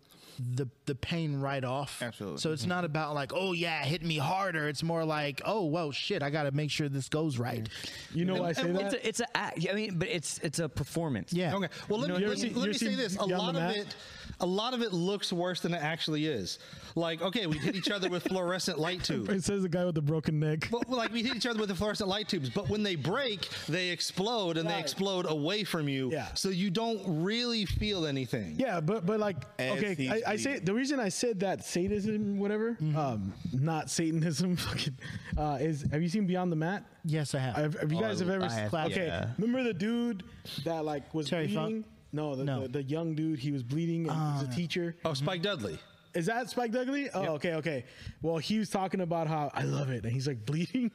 the the pain right off. Absolutely. So it's Mm-hmm. not about like oh yeah, hit me harder. It's more like oh whoa shit, I got to make sure this goes right. Mm-hmm. You know why I say And It's that? a, it's a act. I mean, but it's it's a performance. Yeah. Okay. Well, let me, You let, ever me- see- let you me ever say seen this. A Beyond the lot of Mat? it, a lot of it looks worse than it actually is. Like, okay, we hit each other with fluorescent light tubes. it says the guy with the broken neck. But like we hit each other with the fluorescent light tubes, but when they break, they explode and they explode away from you. Yeah. So you don't really feel anything. Yeah, but but like As okay, he's I, I say bleeding. the reason I said that sadism, whatever, Mm-hmm. um, not Satanism, fucking, uh, is have you seen Beyond the Mat? Yes, I have. Have, have you Oh, guys I- have ever I have, Clap. okay? yeah. Remember the dude that like was Terry Funk? bleeding? No, the, No. The, the young dude he was bleeding and he was a teacher. Oh, Spike Dudley. Is that Spike Dudley? Oh, okay, okay. Well, he was talking about how I love it, and he's like bleeding,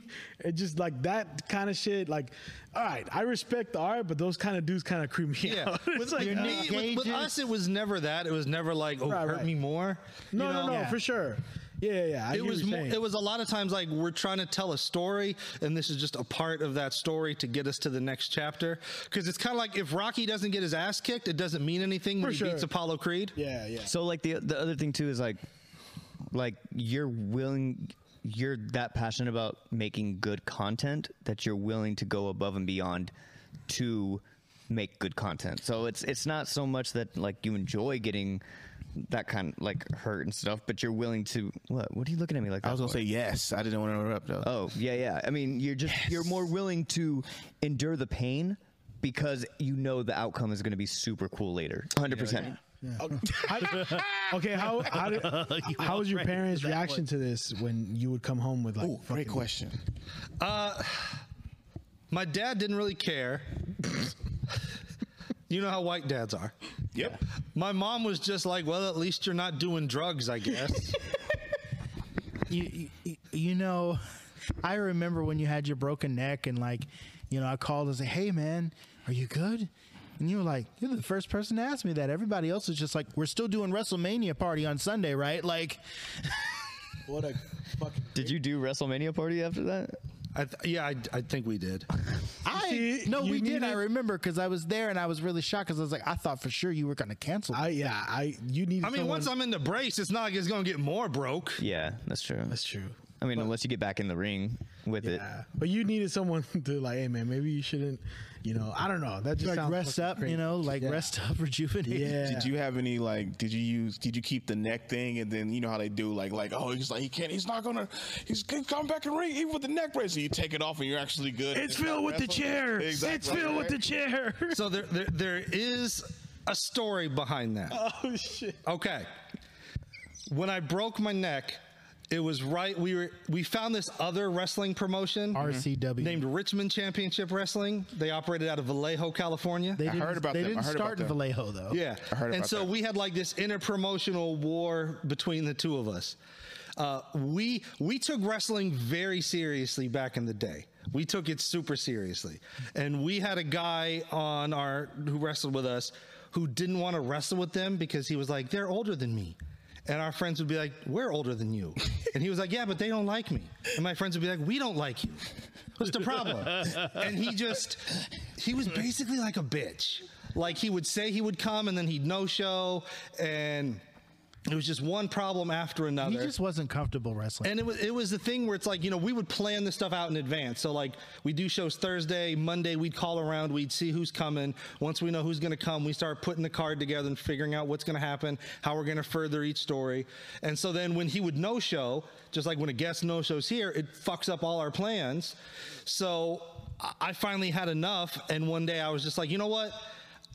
and just like that kind of shit. Like, all right, I respect the art, but those kind of dudes kind of creep me Yeah. out. It's with, like, with uh, me- with- with Gauges. us, it was never that. It was never like, oh, Right, hurt right. me more. you no, no, know? no, for sure. Yeah, yeah, yeah. I It was mo- more, it was a lot of times like we're trying to tell a story, and this is just a part of that story to get us to the next chapter. Because it's kind of like if Rocky doesn't get his ass kicked, it doesn't mean anything when For he sure. beats Apollo Creed. Yeah, yeah. So like the the other thing too is like like you're willing you're that passionate about making good content that you're willing to go above and beyond to make good content. So it's it's not so much that like you enjoy getting that kind like hurt and stuff, but you're willing to what? What are you looking at me like that? I was gonna for? say yes. I didn't want to interrupt though. Oh yeah, yeah. I mean, you're just you're more willing to endure the pain because you know the outcome is going to be super cool later. Hundred percent. okay, how how, did, how was your parents' reaction to this when you would come home with like? Ooh, great question. Uh, My dad didn't really care. you know how white dads are. Yep. My mom was just like, well, at least you're not doing drugs, I guess. you, you, you know, I remember when you had your broken neck and like, you know, I called and said, "Hey, man, are you good?" And you were like, "You're the first person to ask me that." Everybody else was just like, "We're still doing WrestleMania party on Sunday, right?" Like, What a fucking. Did you do WrestleMania party after that? I th- yeah, I, I think we did. I See, no, you we did. I needed- remember because I was there and I was really shocked because I was like, "I thought for sure you were going to cancel." I yeah I you need. I mean, once I'm in the brace, it's not like it's going to get more broke. Yeah, that's true. that's true. I mean, unless you get back in the ring with it. Yeah, but you needed someone to like, hey man, maybe you shouldn't. You know, I don't know. That just like sounds rest fucking up, crazy. you know, like Yeah. rest up, rejuvenate. Yeah. Did you have any like? Did you use? Did you keep the neck thing? And then you know how they do like like oh he's like he can't he's not gonna he's gonna come back and ring even with the neck brace. And you take it off and you're actually good. It's filled with the chair. Exactly. It's filled with the chair. So there, there, there is a story behind that. oh shit. Okay. When I broke my neck, it was right. We were we found this other wrestling promotion RCW. named Richmond Championship Wrestling. They operated out of Vallejo, California. They didn't- heard about They them. I didn't heard start about in them. Vallejo though. Yeah. I heard and about so that. we had like this interpromotional war between the two of us. Uh, we we took wrestling very seriously back in the day. We took it super seriously, and we had a guy on our who wrestled with us who didn't want to wrestle with them because he was like they're older than me, and our friends would be like we're older than you, and he was like yeah but they don't like me, and my friends would be like we don't like you. What's the problem? and he just he was basically like a bitch. Like he would say he would come and then he'd no show and It was just one problem after another. He just wasn't comfortable wrestling. And it was it was the thing where it's like you know we would plan this stuff out in advance. So like we do shows Thursday, Monday we'd call around, we'd see who's coming. Once we know who's going to come, we start putting the card together and figuring out what's going to happen, how we're going to further each story. And so then when he would no show, just like when a guest no shows here, it fucks up all our plans. So I- I finally had enough, and one day I was just like, you know what?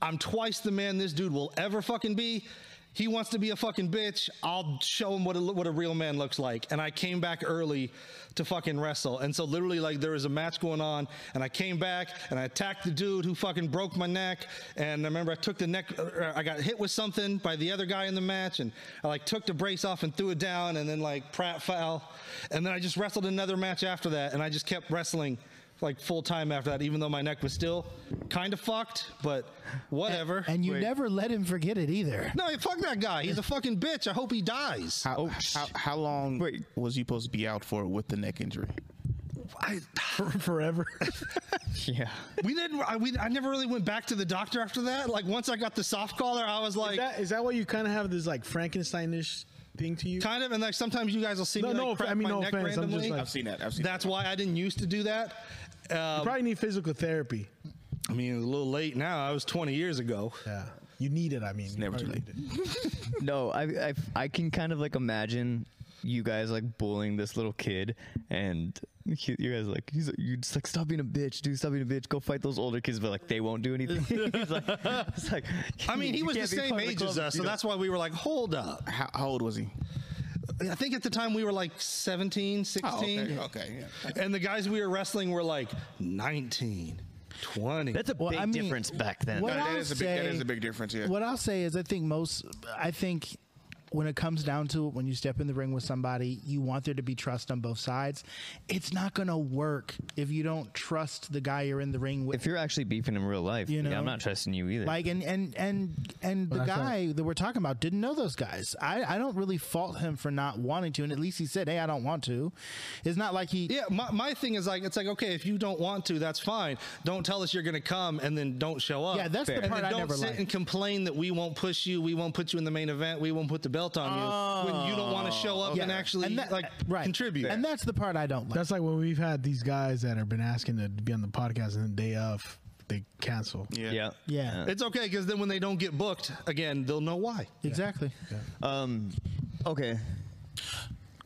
I'm twice the man this dude will ever fucking be. He wants to be a fucking bitch. I'll show him what a, what a real man looks like. And I came back early to fucking wrestle. And so literally, like there was a match going on, and I came back and I attacked the dude who fucking broke my neck. And I remember I took the neck, or I got hit with something by the other guy in the match, and I like took the brace off and threw it down, and then like Pratt fell, and then I just wrestled another match after that, and I just kept wrestling like full time after that, even though my neck was still kind of fucked, but whatever. And you never let him forget it either. no, fuck that guy. He's a fucking bitch. I hope he dies. Oh, How, how, how long was he supposed to be out for with the neck injury? I, forever. Yeah. we didn't. I, we, I never really went back to the doctor after that. Like once I got the soft collar, I was like, Is that, is that why you kind of have this like Frankensteinish thing to you? kind of. And like sometimes you guys will see No, me. no, like, crack I mean, my no neck offense, I'm just randomly. like- I've seen that. I've seen That's why I didn't used to do that. Um, Probably need physical therapy. I mean, it was a little late now. I was 20 years ago. Yeah, you need it. I mean, it's never too late. No, I, I I can kind of like imagine you guys like bullying this little kid, and he, you guys like he's you just like stop being a bitch, dude, stop being a bitch, go fight those older kids, but like they won't do anything. he's like, it's like I mean, he you was the can't be same part of the age club as if us, you so don't- that's why we were like, hold up. How, how old was he? I think at the time we were like 17, 16. Oh, okay. Okay. Yeah. And the guys we were wrestling were like 19, 20. that's a Well, big I mean, difference back then. what that I'll is a big- that say- is a big difference, yeah. What I'll say is, I think most, I think when it comes down to it, when you step in the ring with somebody, you want there to be trust on both sides. It's not going to work if you don't trust the guy you're in the ring with. if you're actually beefing in real life, You yeah, know, I'm not trusting you either. Like and and and and the that's guy that we're talking about didn't know those guys. I I don't really fault him for not wanting to, and at least he said, "Hey, I don't want to." It's not like he yeah, my, my thing is like, it's like, okay, if you don't want to, that's fine. Don't tell us you're going to come and then don't show up. Yeah, that's the And part then I don't never sit liked. and complain that we won't push you, we won't put you in the main event, we won't put the belt on you when you don't want to show up and actually Oh, that- uh, like right. contribute. And that's the part I don't like. That's like when we've had these guys that have been asking to be on the podcast, and the day of they cancel. yeah. yeah, it's okay because then when they don't get booked again, they'll know why. exactly. Um, okay.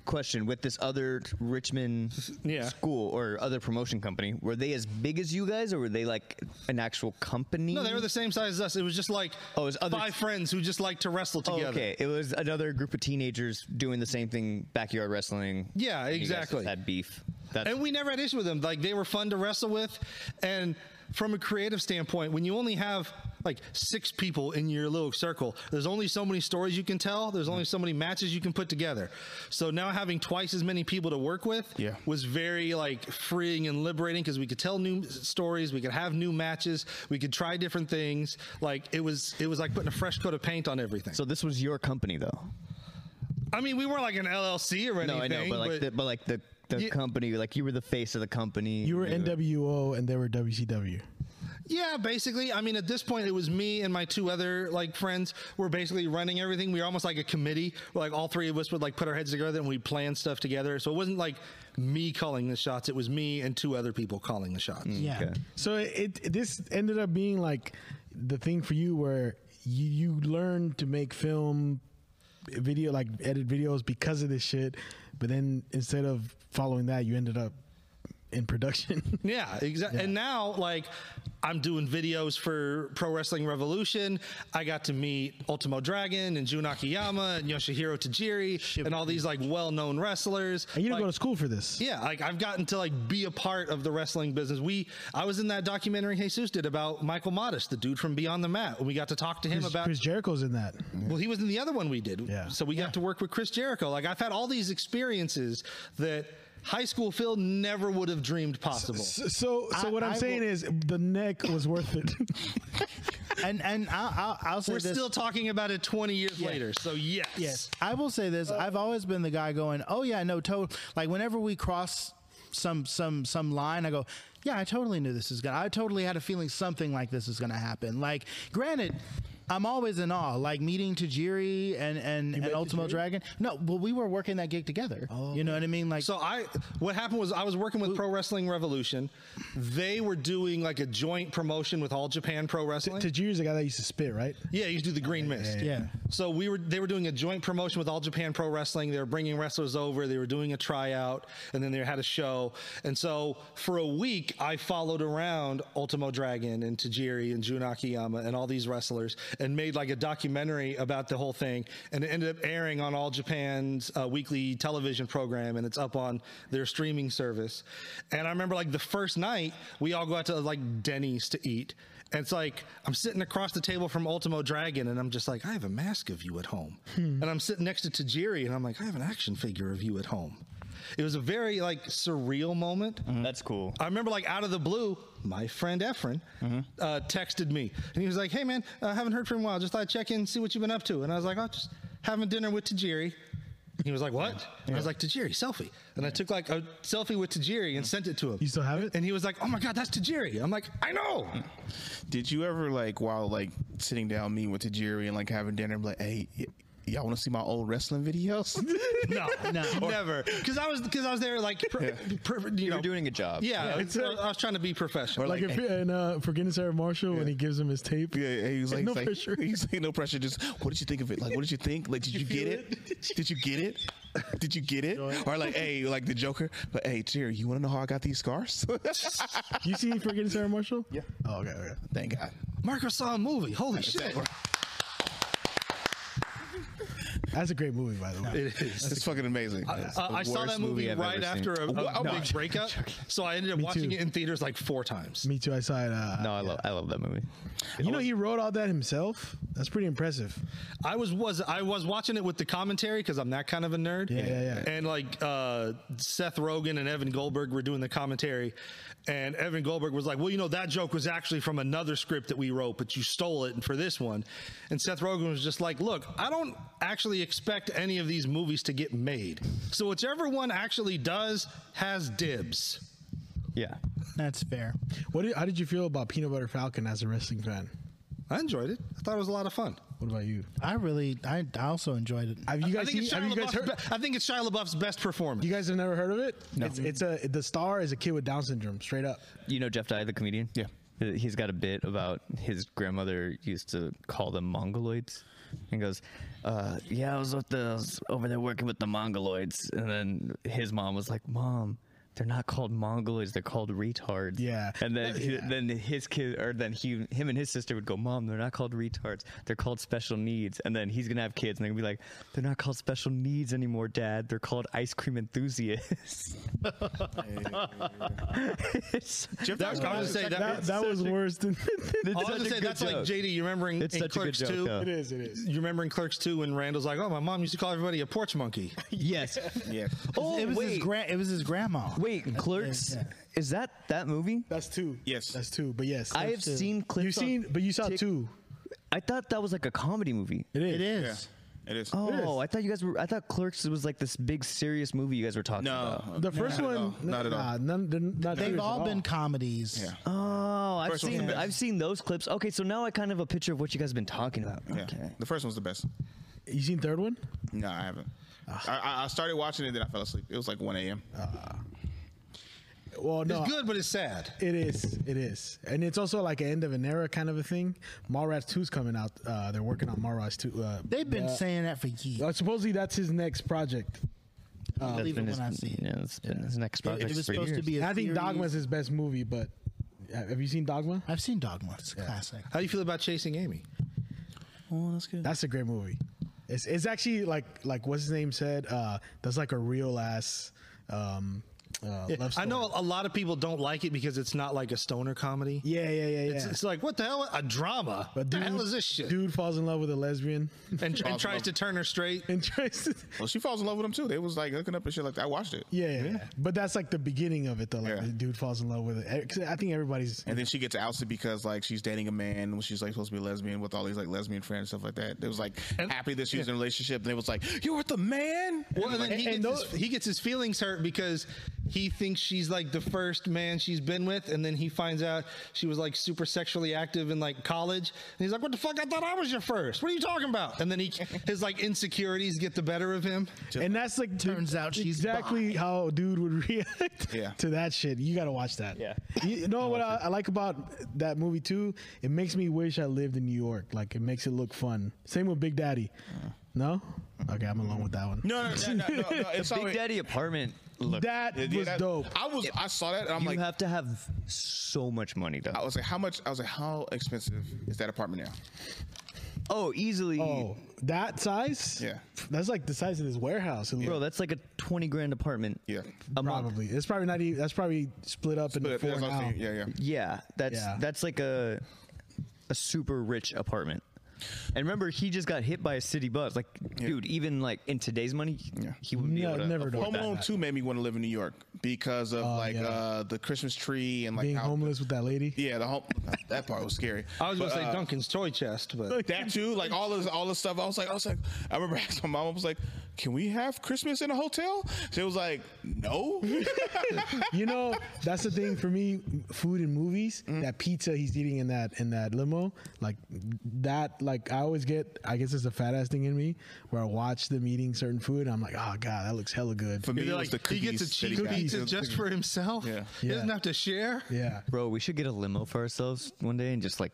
Question with this other Richmond Yeah. school or other promotion company, were they as big as you guys or were they like an actual company? No, they were the same size as us. It was just like Oh, it was other- five friends who just like to wrestle Oh, together. okay, it was another group of teenagers doing the same thing, backyard wrestling. Yeah, and you guys just exactly. had beef. That's, and we never had issue with them. Like they were fun to wrestle with, and from a creative standpoint, when you only have like six people in your little circle, there's only so many stories you can tell. There's only so many matches you can put together. So now having twice as many people to work with Yeah. was very like freeing and liberating because we could tell new s- stories, we could have new matches, we could try different things. Like it was, it was like putting a fresh coat of paint on everything. so this was your company though. I mean, we weren't like an LLC or anything. No, I know, but like, the, but like the, the Yeah. company, like you were the face of the company. You were NWO, and they were WCW. Yeah, basically. I mean, at this point, it was me and my two other like friends were basically running everything. We were almost like a committee. Like all three of us would like put our heads together and we'd plan stuff together. So it wasn't like me calling the shots. It was me and two other people calling the shots. Mm. Yeah. So it, it this ended up being like the thing for you where you you learn to make film video like edit videos because of this shit, but then instead of following that, you ended up in production. Yeah, exactly. And now, like, I'm doing videos for Pro Wrestling Revolution. I got to meet Ultimo Dragon and Jun Akiyama and Yoshihiro Tajiri and all these like well-known wrestlers. and you didn't Like- go to school for this. Yeah, like I've gotten to like be a part of the wrestling business. We I was in that documentary Jesus did about Michael Modest, the dude from Beyond the Mat. and We got to talk to him Chris, about Chris Jericho's in that. well, he was in the other one we did. Yeah. So we got to work with Chris Jericho. Like I've had all these experiences that high school Phil never would have dreamed possible. So, so what I'm I saying will- is the neck was worth it. And and I'll I'll, I'll say We're this. still talking about it 20 years later. So yes. Yes, I will say this. I've always been the guy going, "Oh yeah, no, to-. like whenever we cross some some some line, I go, "Yeah, I totally knew this is gonna. I totally had a feeling something like this is gonna happen." Like, granted. I'm always in awe. Like meeting Tajiri and and, and Ultimo Dragon. No, well, we were working that gig together. You know what I mean? Like So I, what happened was I was working with Pro Wrestling Revolution. They were doing like a joint promotion with All Japan Pro Wrestling. Tajiri's the guy that used to spit, right? yeah, you do the Green Mist. yeah. So we were, they were doing a joint promotion with All Japan Pro Wrestling. They were bringing wrestlers over. They were doing a tryout, and then they had a show. And so for a week, I followed around Ultimo Dragon and Tajiri and Jun Akiyama and all these wrestlers, and made like a documentary about the whole thing. And it ended up airing on All Japan's uh, weekly television program, and it's up on their streaming service. And I remember like the first night, we all go out to like Denny's to eat. And it's like I'm sitting across the table from Ultimo Dragon, and I'm just like, I have a mask of you at home. And I'm sitting next to Tajiri, and I'm like, I have an action figure of you at home. It was a very like surreal moment. Mm-hmm. That's cool. I remember like out of the blue, my friend Efren Mm-hmm. uh, texted me, and he was like, Hey man, I haven't heard from you in a while. Just thought I'd check in, see what you've been up to. And I was like, I'm just having dinner with Tajiri. He was like, "What?" And I was like, "Tajiri selfie," and I took like a selfie with Tajiri and sent it to him. You still have it? Hmm. And he was like, "Oh my god, that's Tajiri!" I'm like, "I know." Did you ever like while like sitting down meeting with Tajiri and like having dinner, be like, hey, y- y'all want to see my old wrestling videos? No, never. Because I was because I was there like pr- pr- you You're know, doing a job. Yeah, it's, uh, I I was trying to be professional. Like, if, in uh, for Guinness Sarah Marshall when he gives him his tape. Yeah, and he was like, No he's like- pressure. He's like, no pressure. Just what did you think of it? Like, what did you think? Like, did you, get it? Did you get it? Did you get it? Or like, hey, like the Joker, but hey, Jerry, you want to know how I got these scars? You see for Guinness Sarah Marshall? Yeah. oh, okay, Oh, okay. Thank God. Marco saw a movie. Holy shit! That's a great movie, by the way. It is. It's fucking amazing. Uh, I saw that movie, right after a, a big breakup, so I ended up watching too. it in theaters like four times. Me too. I saw it. Uh, No, I love I love that movie. You know, he wrote all that himself. That's pretty impressive. I was was I was watching it with the commentary because I'm that kind of a nerd. Yeah, yeah, yeah. And like uh, Seth Rogen and Evan Goldberg were doing the commentary, and Evan Goldberg was like, "Well, you know that joke was actually from another script that we wrote, but you stole it for this one." And Seth Rogen was just like, "Look, I don't actually expect any of these movies to get made, so whichever one actually does has dibs." Yeah. that's fair. What? Did, how did you feel about Peanut Butter Falcon as a wrestling fan? I enjoyed it. I thought it was a lot of fun. What about you? I really, I, I also enjoyed it. Have you I guys think, seen? it's Have Shia you guys LaBeouf's heard? be- I think it's Shia LaBeouf's best performance. You guys have never heard of it? No. It's, it's a the star is a kid with Down syndrome, straight up. You know Jeff Dye, the comedian? Yeah. He- He's got a bit about his grandmother used to call them mongoloids. And goes, uh, yeah, I was with the I was over there working with the mongoloids. And then his mom was like, Mom, they're not called mongoloids, they're called retards. Yeah. And then he- then his kid or then he him and his sister would go, Mom, they're not called retards, they're called special needs. And then he's gonna have kids and they're gonna be like, They're not called special needs anymore, Dad. They're called ice cream enthusiasts. It's- Jeff That- I was gonna say That, that was worse than. it's I such was a gonna say good that's like joke. JD. You remembering It's in such a good Clerks joke, Two? yeah. It is, it is. You remember in Clerks Two when Randall's like, "Oh, my mom used to call everybody a porch monkey." Yes. yeah. Oh, it was his wait. grand. It was his grandma. wait, Clerks? yeah. Is that that movie? That's two. Yes. That's two. But yes, I have seen Clerks. You've seen, on but you saw Tik- two. I thought that was like a comedy movie. It Yeah. is. It is. Oh, I thought you guys were. I thought Clerks was like this big serious movie you guys were talking about. No. The first at one, all. Not at all. Nah, none, they're not serious They've at all been comedies. Yeah. Oh, I've First one's the seen best. I've seen those clips. Okay, so now I kind of have a picture of what you guys have been talking about. Yeah. Okay. The first one's the best. You seen third one? No, I haven't. I- I, I started watching it, then I fell asleep. It was like 1 a.m. Well, no. It's good, but it's sad. It is. It is. And it's also like an end of an era kind of a thing. Mallrats 2's coming out. Uh, they're working on Mallrats 2. Uh, They've been saying that for years. uh, supposedly that's his next project. That's Believe been it his, when I see it. yeah, that's been his next It, project. was for supposed to years. be. And A I think series. Dogma is his best movie, but uh, have you seen Dogma? I've seen Dogma. It's a classic. How do you feel about chasing Amy? That's a great movie. It's it's actually like like what's his name said. Uh, that's like a real ass um, uh, love I story. know a lot of people don't like it because it's not like a stoner comedy. Yeah, yeah, yeah, yeah. It's, it's like what the hell? A drama? But What the hell is this shit? Dude falls in love with a lesbian and, and Falls in tries love. to turn her straight. and tries to. Well, she falls in love with him too. They was like hooking up and shit like that. I watched it. Yeah, yeah, yeah. But that's like the beginning of it, though. Like Yeah. the dude falls in love with it. Eh, 'Cause I think everybody's. And then she gets ousted because like she's dating a man when she's like supposed to be a lesbian with all these like lesbian friends stuff like that. It was like happy that she was in a relationship. And it was like you're with a man. Well, and then he And- gets, and his, he gets his feelings hurt because he thinks she's like the first man she's been with, and then he finds out she was like super sexually active in like college, and he's like, "What the fuck? I thought I was your first. What are you talking about?" And then he his like insecurities get the better of him. and that's like Turns out she's exactly how a dude would react Yeah. to that shit. You gotta watch that. Yeah. You know what I, I like about that movie too? It makes me wish I lived in New York. Like it makes it look fun. Same with Big Daddy. No? Okay, I'm alone with that one. Uh. No, no, no, no, no, no. It's Big always- Daddy apartment. Look, That Yeah, was that- dope. I was, I saw that, and I'm you like, have to have so much money though. I was like, how much? I was like, how expensive is that apartment now? Oh, easily. Oh, that size? Yeah. That's like the size of this warehouse. It Bro, looks- that's like a twenty grand apartment. Yeah. A month. probably. It's probably not even that's probably split up into But four that's what I'm now. saying. Yeah, yeah. Yeah, that's Yeah. that's like a a super rich apartment. And remember, he just got hit by a city bus. Like, dude, even like in today's money, he would be Yeah, able to never afford Home done. Oh, that. Alone Two made me want to live in New York because of like yeah. uh, the Christmas tree and like Being how- homeless with that lady. Yeah, the home. that part was scary. I was gonna But, say uh, Duncan's toy chest, but That too, like all of this, all this stuff. I was like, I was like, I remember asking my mom, I was like, "Can we have Christmas in a hotel?" She was like, "No." You know, that's the thing for me. Food and movies. Mm-hmm. That pizza he's eating in that in that limo, like that. Like I always get. I guess it's a fat ass thing in me where I watch them eating certain food. And I'm like, oh god, that looks hella good. For me, it You're was like, the he gets a cookies that he cheap got. pizza just for himself. Yeah. He Yeah. doesn't have to share. yeah. Bro, we should get a limo for ourselves one day and just like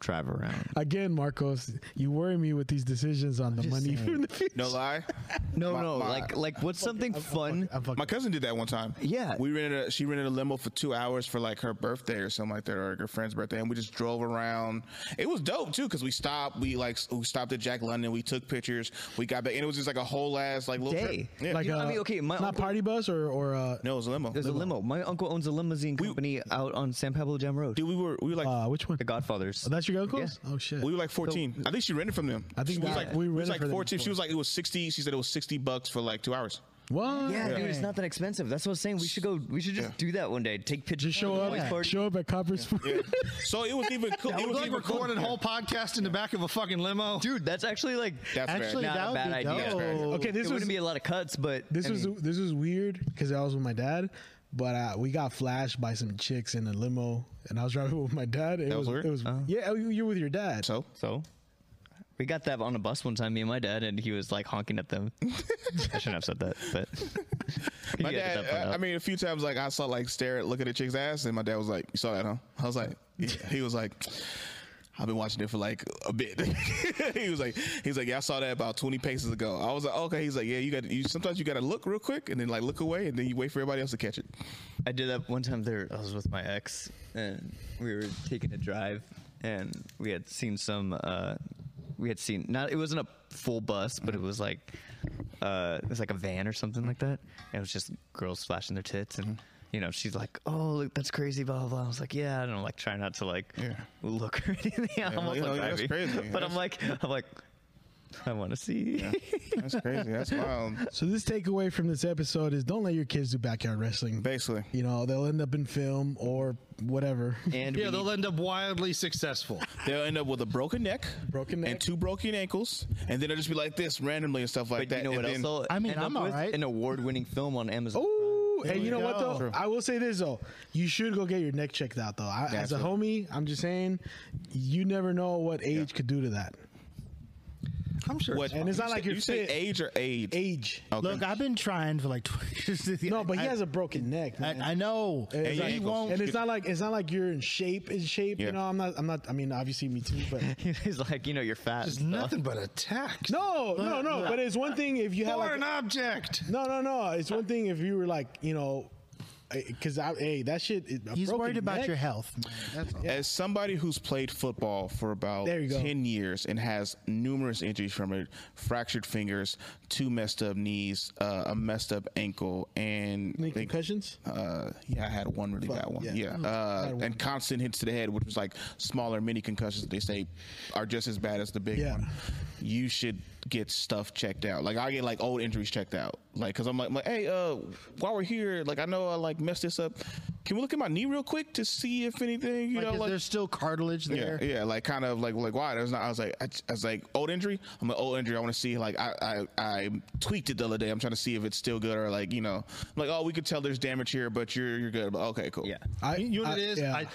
drive around. Again, Marcos, you worry me with these decisions on the money. saying. No lie. No, My- no, my- like like what's something fun? I'm fucking. My cousin did that one time. Yeah. we rented. A, she rented a limo for two hours for like her birthday or something like that, or her friend's birthday, and we just drove around. It was dope too because we stopped. We like s- we stopped at Jack London. We took pictures. We got back, and it was just like a whole ass like little Day. Trip. Yeah. like You know, uh, I mean, okay, my not uncle- party bus or or uh, no, it was a limo. There's a limo. My uncle owns a limousine company out on San Pablo Jam Road. Dude, we were we were like uh which one? The Godfathers. Oh, that's your uncle's. Yeah. Oh shit. we were like fourteen. I think she rented from them. I think she was that- like we it rented was like for them fourteen. She before. was like it was sixty. She said it was sixty bucks for like two hours. what? yeah, dude, it's not that expensive. That's what I was saying. We should go. We should just do that one day. Take pictures. Just show of the boys' up. party. Show up at Copper's food. So it was even cool. I it would was like even record a cool. whole podcast in the back of a fucking limo. Dude, that's actually like That's fair. Actually, not that a would bad be idea. dope. Okay, this it was wouldn't be a lot of cuts, but This I was mean, this was weird because I was with my dad, but uh, we got flashed by some chicks in a limo, and I was driving with my dad. It That was weird? It was yeah. oh, you- You're with your dad. So so. We got that on a bus one time, me and my dad, and he was like honking at them. I shouldn't have said that, but You my gotta get dad. uh, that part I- I out. mean, a few times like I saw like stare at look at a chick's ass, and my dad was like, "You saw that, huh?" I was like, yeah. "He was like." I've been watching it for like a bit. he was like, he's like, yeah, I saw that about twenty paces ago. I was like, "Oh, okay. He's like, yeah, you got. You sometimes you got to look real quick and then like look away and then you wait for everybody else to catch it. I did that one time there. I was with my ex, and we were taking a drive, and we had seen some. Uh, we had seen not. It wasn't a full bus, but it was like uh, it was like a van or something like that. And it was just girls flashing their tits, and you know, she's like, "Oh, look, that's crazy." Blah blah. blah. I was like, "Yeah," and I'm like trying not to like look or anything. I'm almost you know, like that's driving. crazy. But That's- I'm like, I'm like, I want to see. That's crazy. That's wild. So this takeaway from this episode is don't let your kids do backyard wrestling. Basically. you know they'll end up in film or whatever. And Yeah, we, they'll end up wildly successful. They'll end up with a broken neck, Broken neck. and two broken ankles, and then they'll just be like this randomly and stuff like but that. you know and what then- else? they'll I mean, end up I'm all with? right. An award-winning film on Amazon. Ooh, and you know we what go. though? I will say this though, you should go get your neck checked out though. I, as a homie, I'm just saying, you never know what age could do to that. I'm sure. What- And it's not you like say- you're you say fit. age or age. Age. Okay. Look, I've been trying for like 20 No, but he I- has a broken neck. Man. I, I know. And it's your like- ankles. and it's not like it's not like you're in shape in shape. Yeah. You know, I'm not. I'm not. I mean, obviously, me too. But He's like, you know, you're fat. It's and stuff. nothing but attacks. no, no, no. But it's one thing if you have Or like an object. no, no, no. It's one thing if you were like you know, because I hey that shit. is- a He's broken worried about neck- your health. man. That's all. As somebody who's played football for about There you go. 10 years and has numerous injuries from it fractured fingers, two messed up knees, uh, a messed up ankle, and I Any think, concussions. Uh, yeah, I had one really bad one. yeah. Mm. Yeah. Uh, and constant hits to the head, which was like smaller mini concussions that they say are just as bad as the big Yeah. one. You should get stuff checked out. Like, I get like old injuries checked out. Like, cause I'm like, I'm like hey, uh, while we're here, like, I know I like messed this up. Can we look at my knee real quick to see if anything, you Like, know, is like there's still cartilage yeah, there. yeah, like kind of like like why? There's not. I was like, I, I was like, old injury. I'm an old injury. I want to see like I, I I tweaked it the other day. I'm trying to see if it's still good or like you know, like oh we could tell there's damage here, but you're you're good. But okay, cool. Yeah. I, You know what I- it is? yeah. I,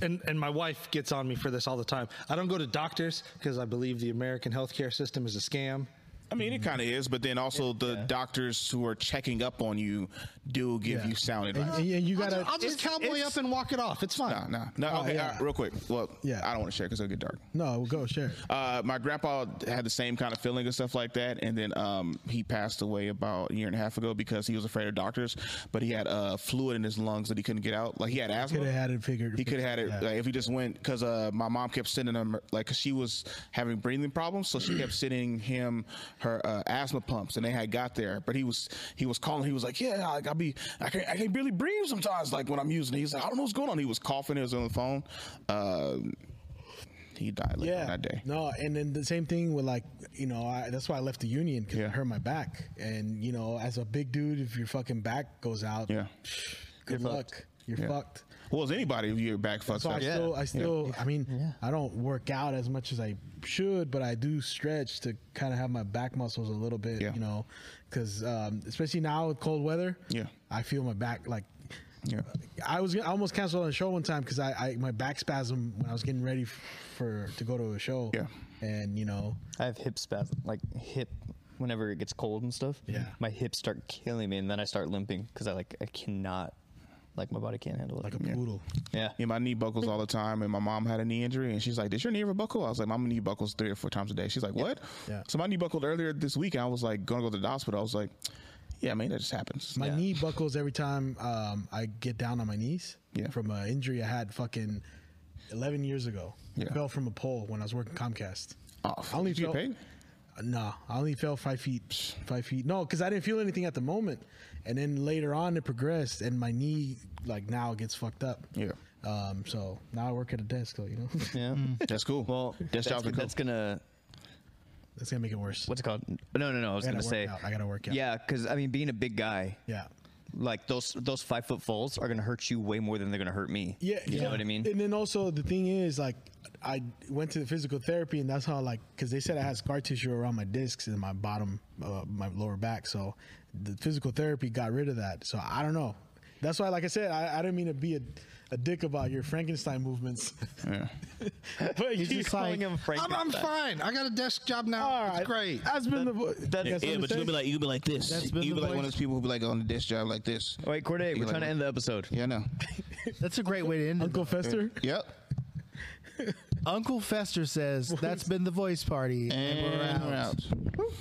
and, and my wife gets on me for this all the time. I don't go to doctors because I believe the American healthcare system is a scam. I mean, it kind of is, but then also the doctors who are checking up on you do give Yeah. you sound and, advice. and- and you I'll gotta. Oh, just, I'll just cowboy it's- up and walk it off. It's fine. Nah, nah, nah. okay, yeah. all right, real quick. Well, Yeah. I don't want to share because it'll get dark. no, go share. it. Uh, my grandpa had the same kind of feeling and stuff like that, and then um, he passed away about a year and a half ago because he was afraid of doctors. But he had uh, fluid in his lungs that he couldn't get out. Like he had asthma. Coulda had it figured- He could have had it Yeah. like, if he just went because uh, my mom kept sending him like 'cause she was having breathing problems, so she kept sending him her uh, asthma pumps, and they had got there. But he was he was calling. He was like, "Yeah, like, I'll be I can't I can't really breathe sometimes. Like when I'm using it, he's like, I don't know what's going on. He was coughing. He was on the phone. Uh, he died later yeah. that day. No, and then the same thing with like you know I, that's why I left the union because Yeah. it hurt my back. And you know, as a big dude, if your fucking back goes out, Yeah. good luck. You're Yeah. fucked. Well, as anybody, if you're back fucked So I up. still, I still, I mean, I don't work out as much as I should, but I do stretch to kind of have my back muscles a little bit, Yeah. you know, because um, especially now with cold weather, Yeah. I feel my back like. Yeah. I was gonna- I almost canceled on a show one time because I, I my back spasm when I was getting ready f- for to go to a show. Yeah. and you know, I have hip spasm, like hip. Whenever it gets cold and stuff, Yeah. my hips start killing me, and then I start limping because I like I cannot, like my body can't handle it. like a poodle. yeah, Yeah, my knee buckles all the time, and my mom had a knee injury, and she's like, "Did your knee ever buckle?" I was like, "My knee buckles three or four times a day." She's like, "What?" Yeah. So my knee buckled earlier this week, and I was like, "Gonna go to the hospital." I was like, "Yeah, man, that just happens." My Yeah. knee buckles every time um, I get down on my knees Yeah. from an injury I had fucking 11 years ago. Yeah. Fell from a pole when I was working Comcast. Oh, I only did you get felt- paid? Uh, No, I only fell five feet. Five feet. No, because I didn't feel anything at the moment, and then later on it progressed, and my knee like now gets fucked up. Yeah. Um. So now I work at a desk, though, you know. yeah. That's cool. Well, that's, that's, jobs are cool. that's gonna That's gonna make it worse. what's it called? No, no, no. I was I gotta gonna work say out. I gotta work out. Yeah, because I mean, being a big guy, Yeah. like those those five foot falls are gonna hurt you way more than they're gonna hurt me. Yeah. you yeah. know what I mean. And then also the thing is like. I went to the physical therapy, and that's how like because they said I had scar tissue around my discs and my bottom, uh, my lower back. So the physical therapy got rid of that. So I don't know. That's why, like I said, I, I didn't mean to be a, a dick about your Frankenstein movements. but you just like- I'm, I'm fine. I got a desk job now. All right. It's great. That's been the vo- that's- that's yeah, what but it you'll be says. like, you'll be like this. That's you'll been be the like one of voice. those people who be like on the desk job like this. Wait, Corday, You'll we're be trying like, to end the episode. Yeah, I know. That's a great way to end it. Uncle Fester. yep. Uncle Fester says, That's been the voice party. And we're out.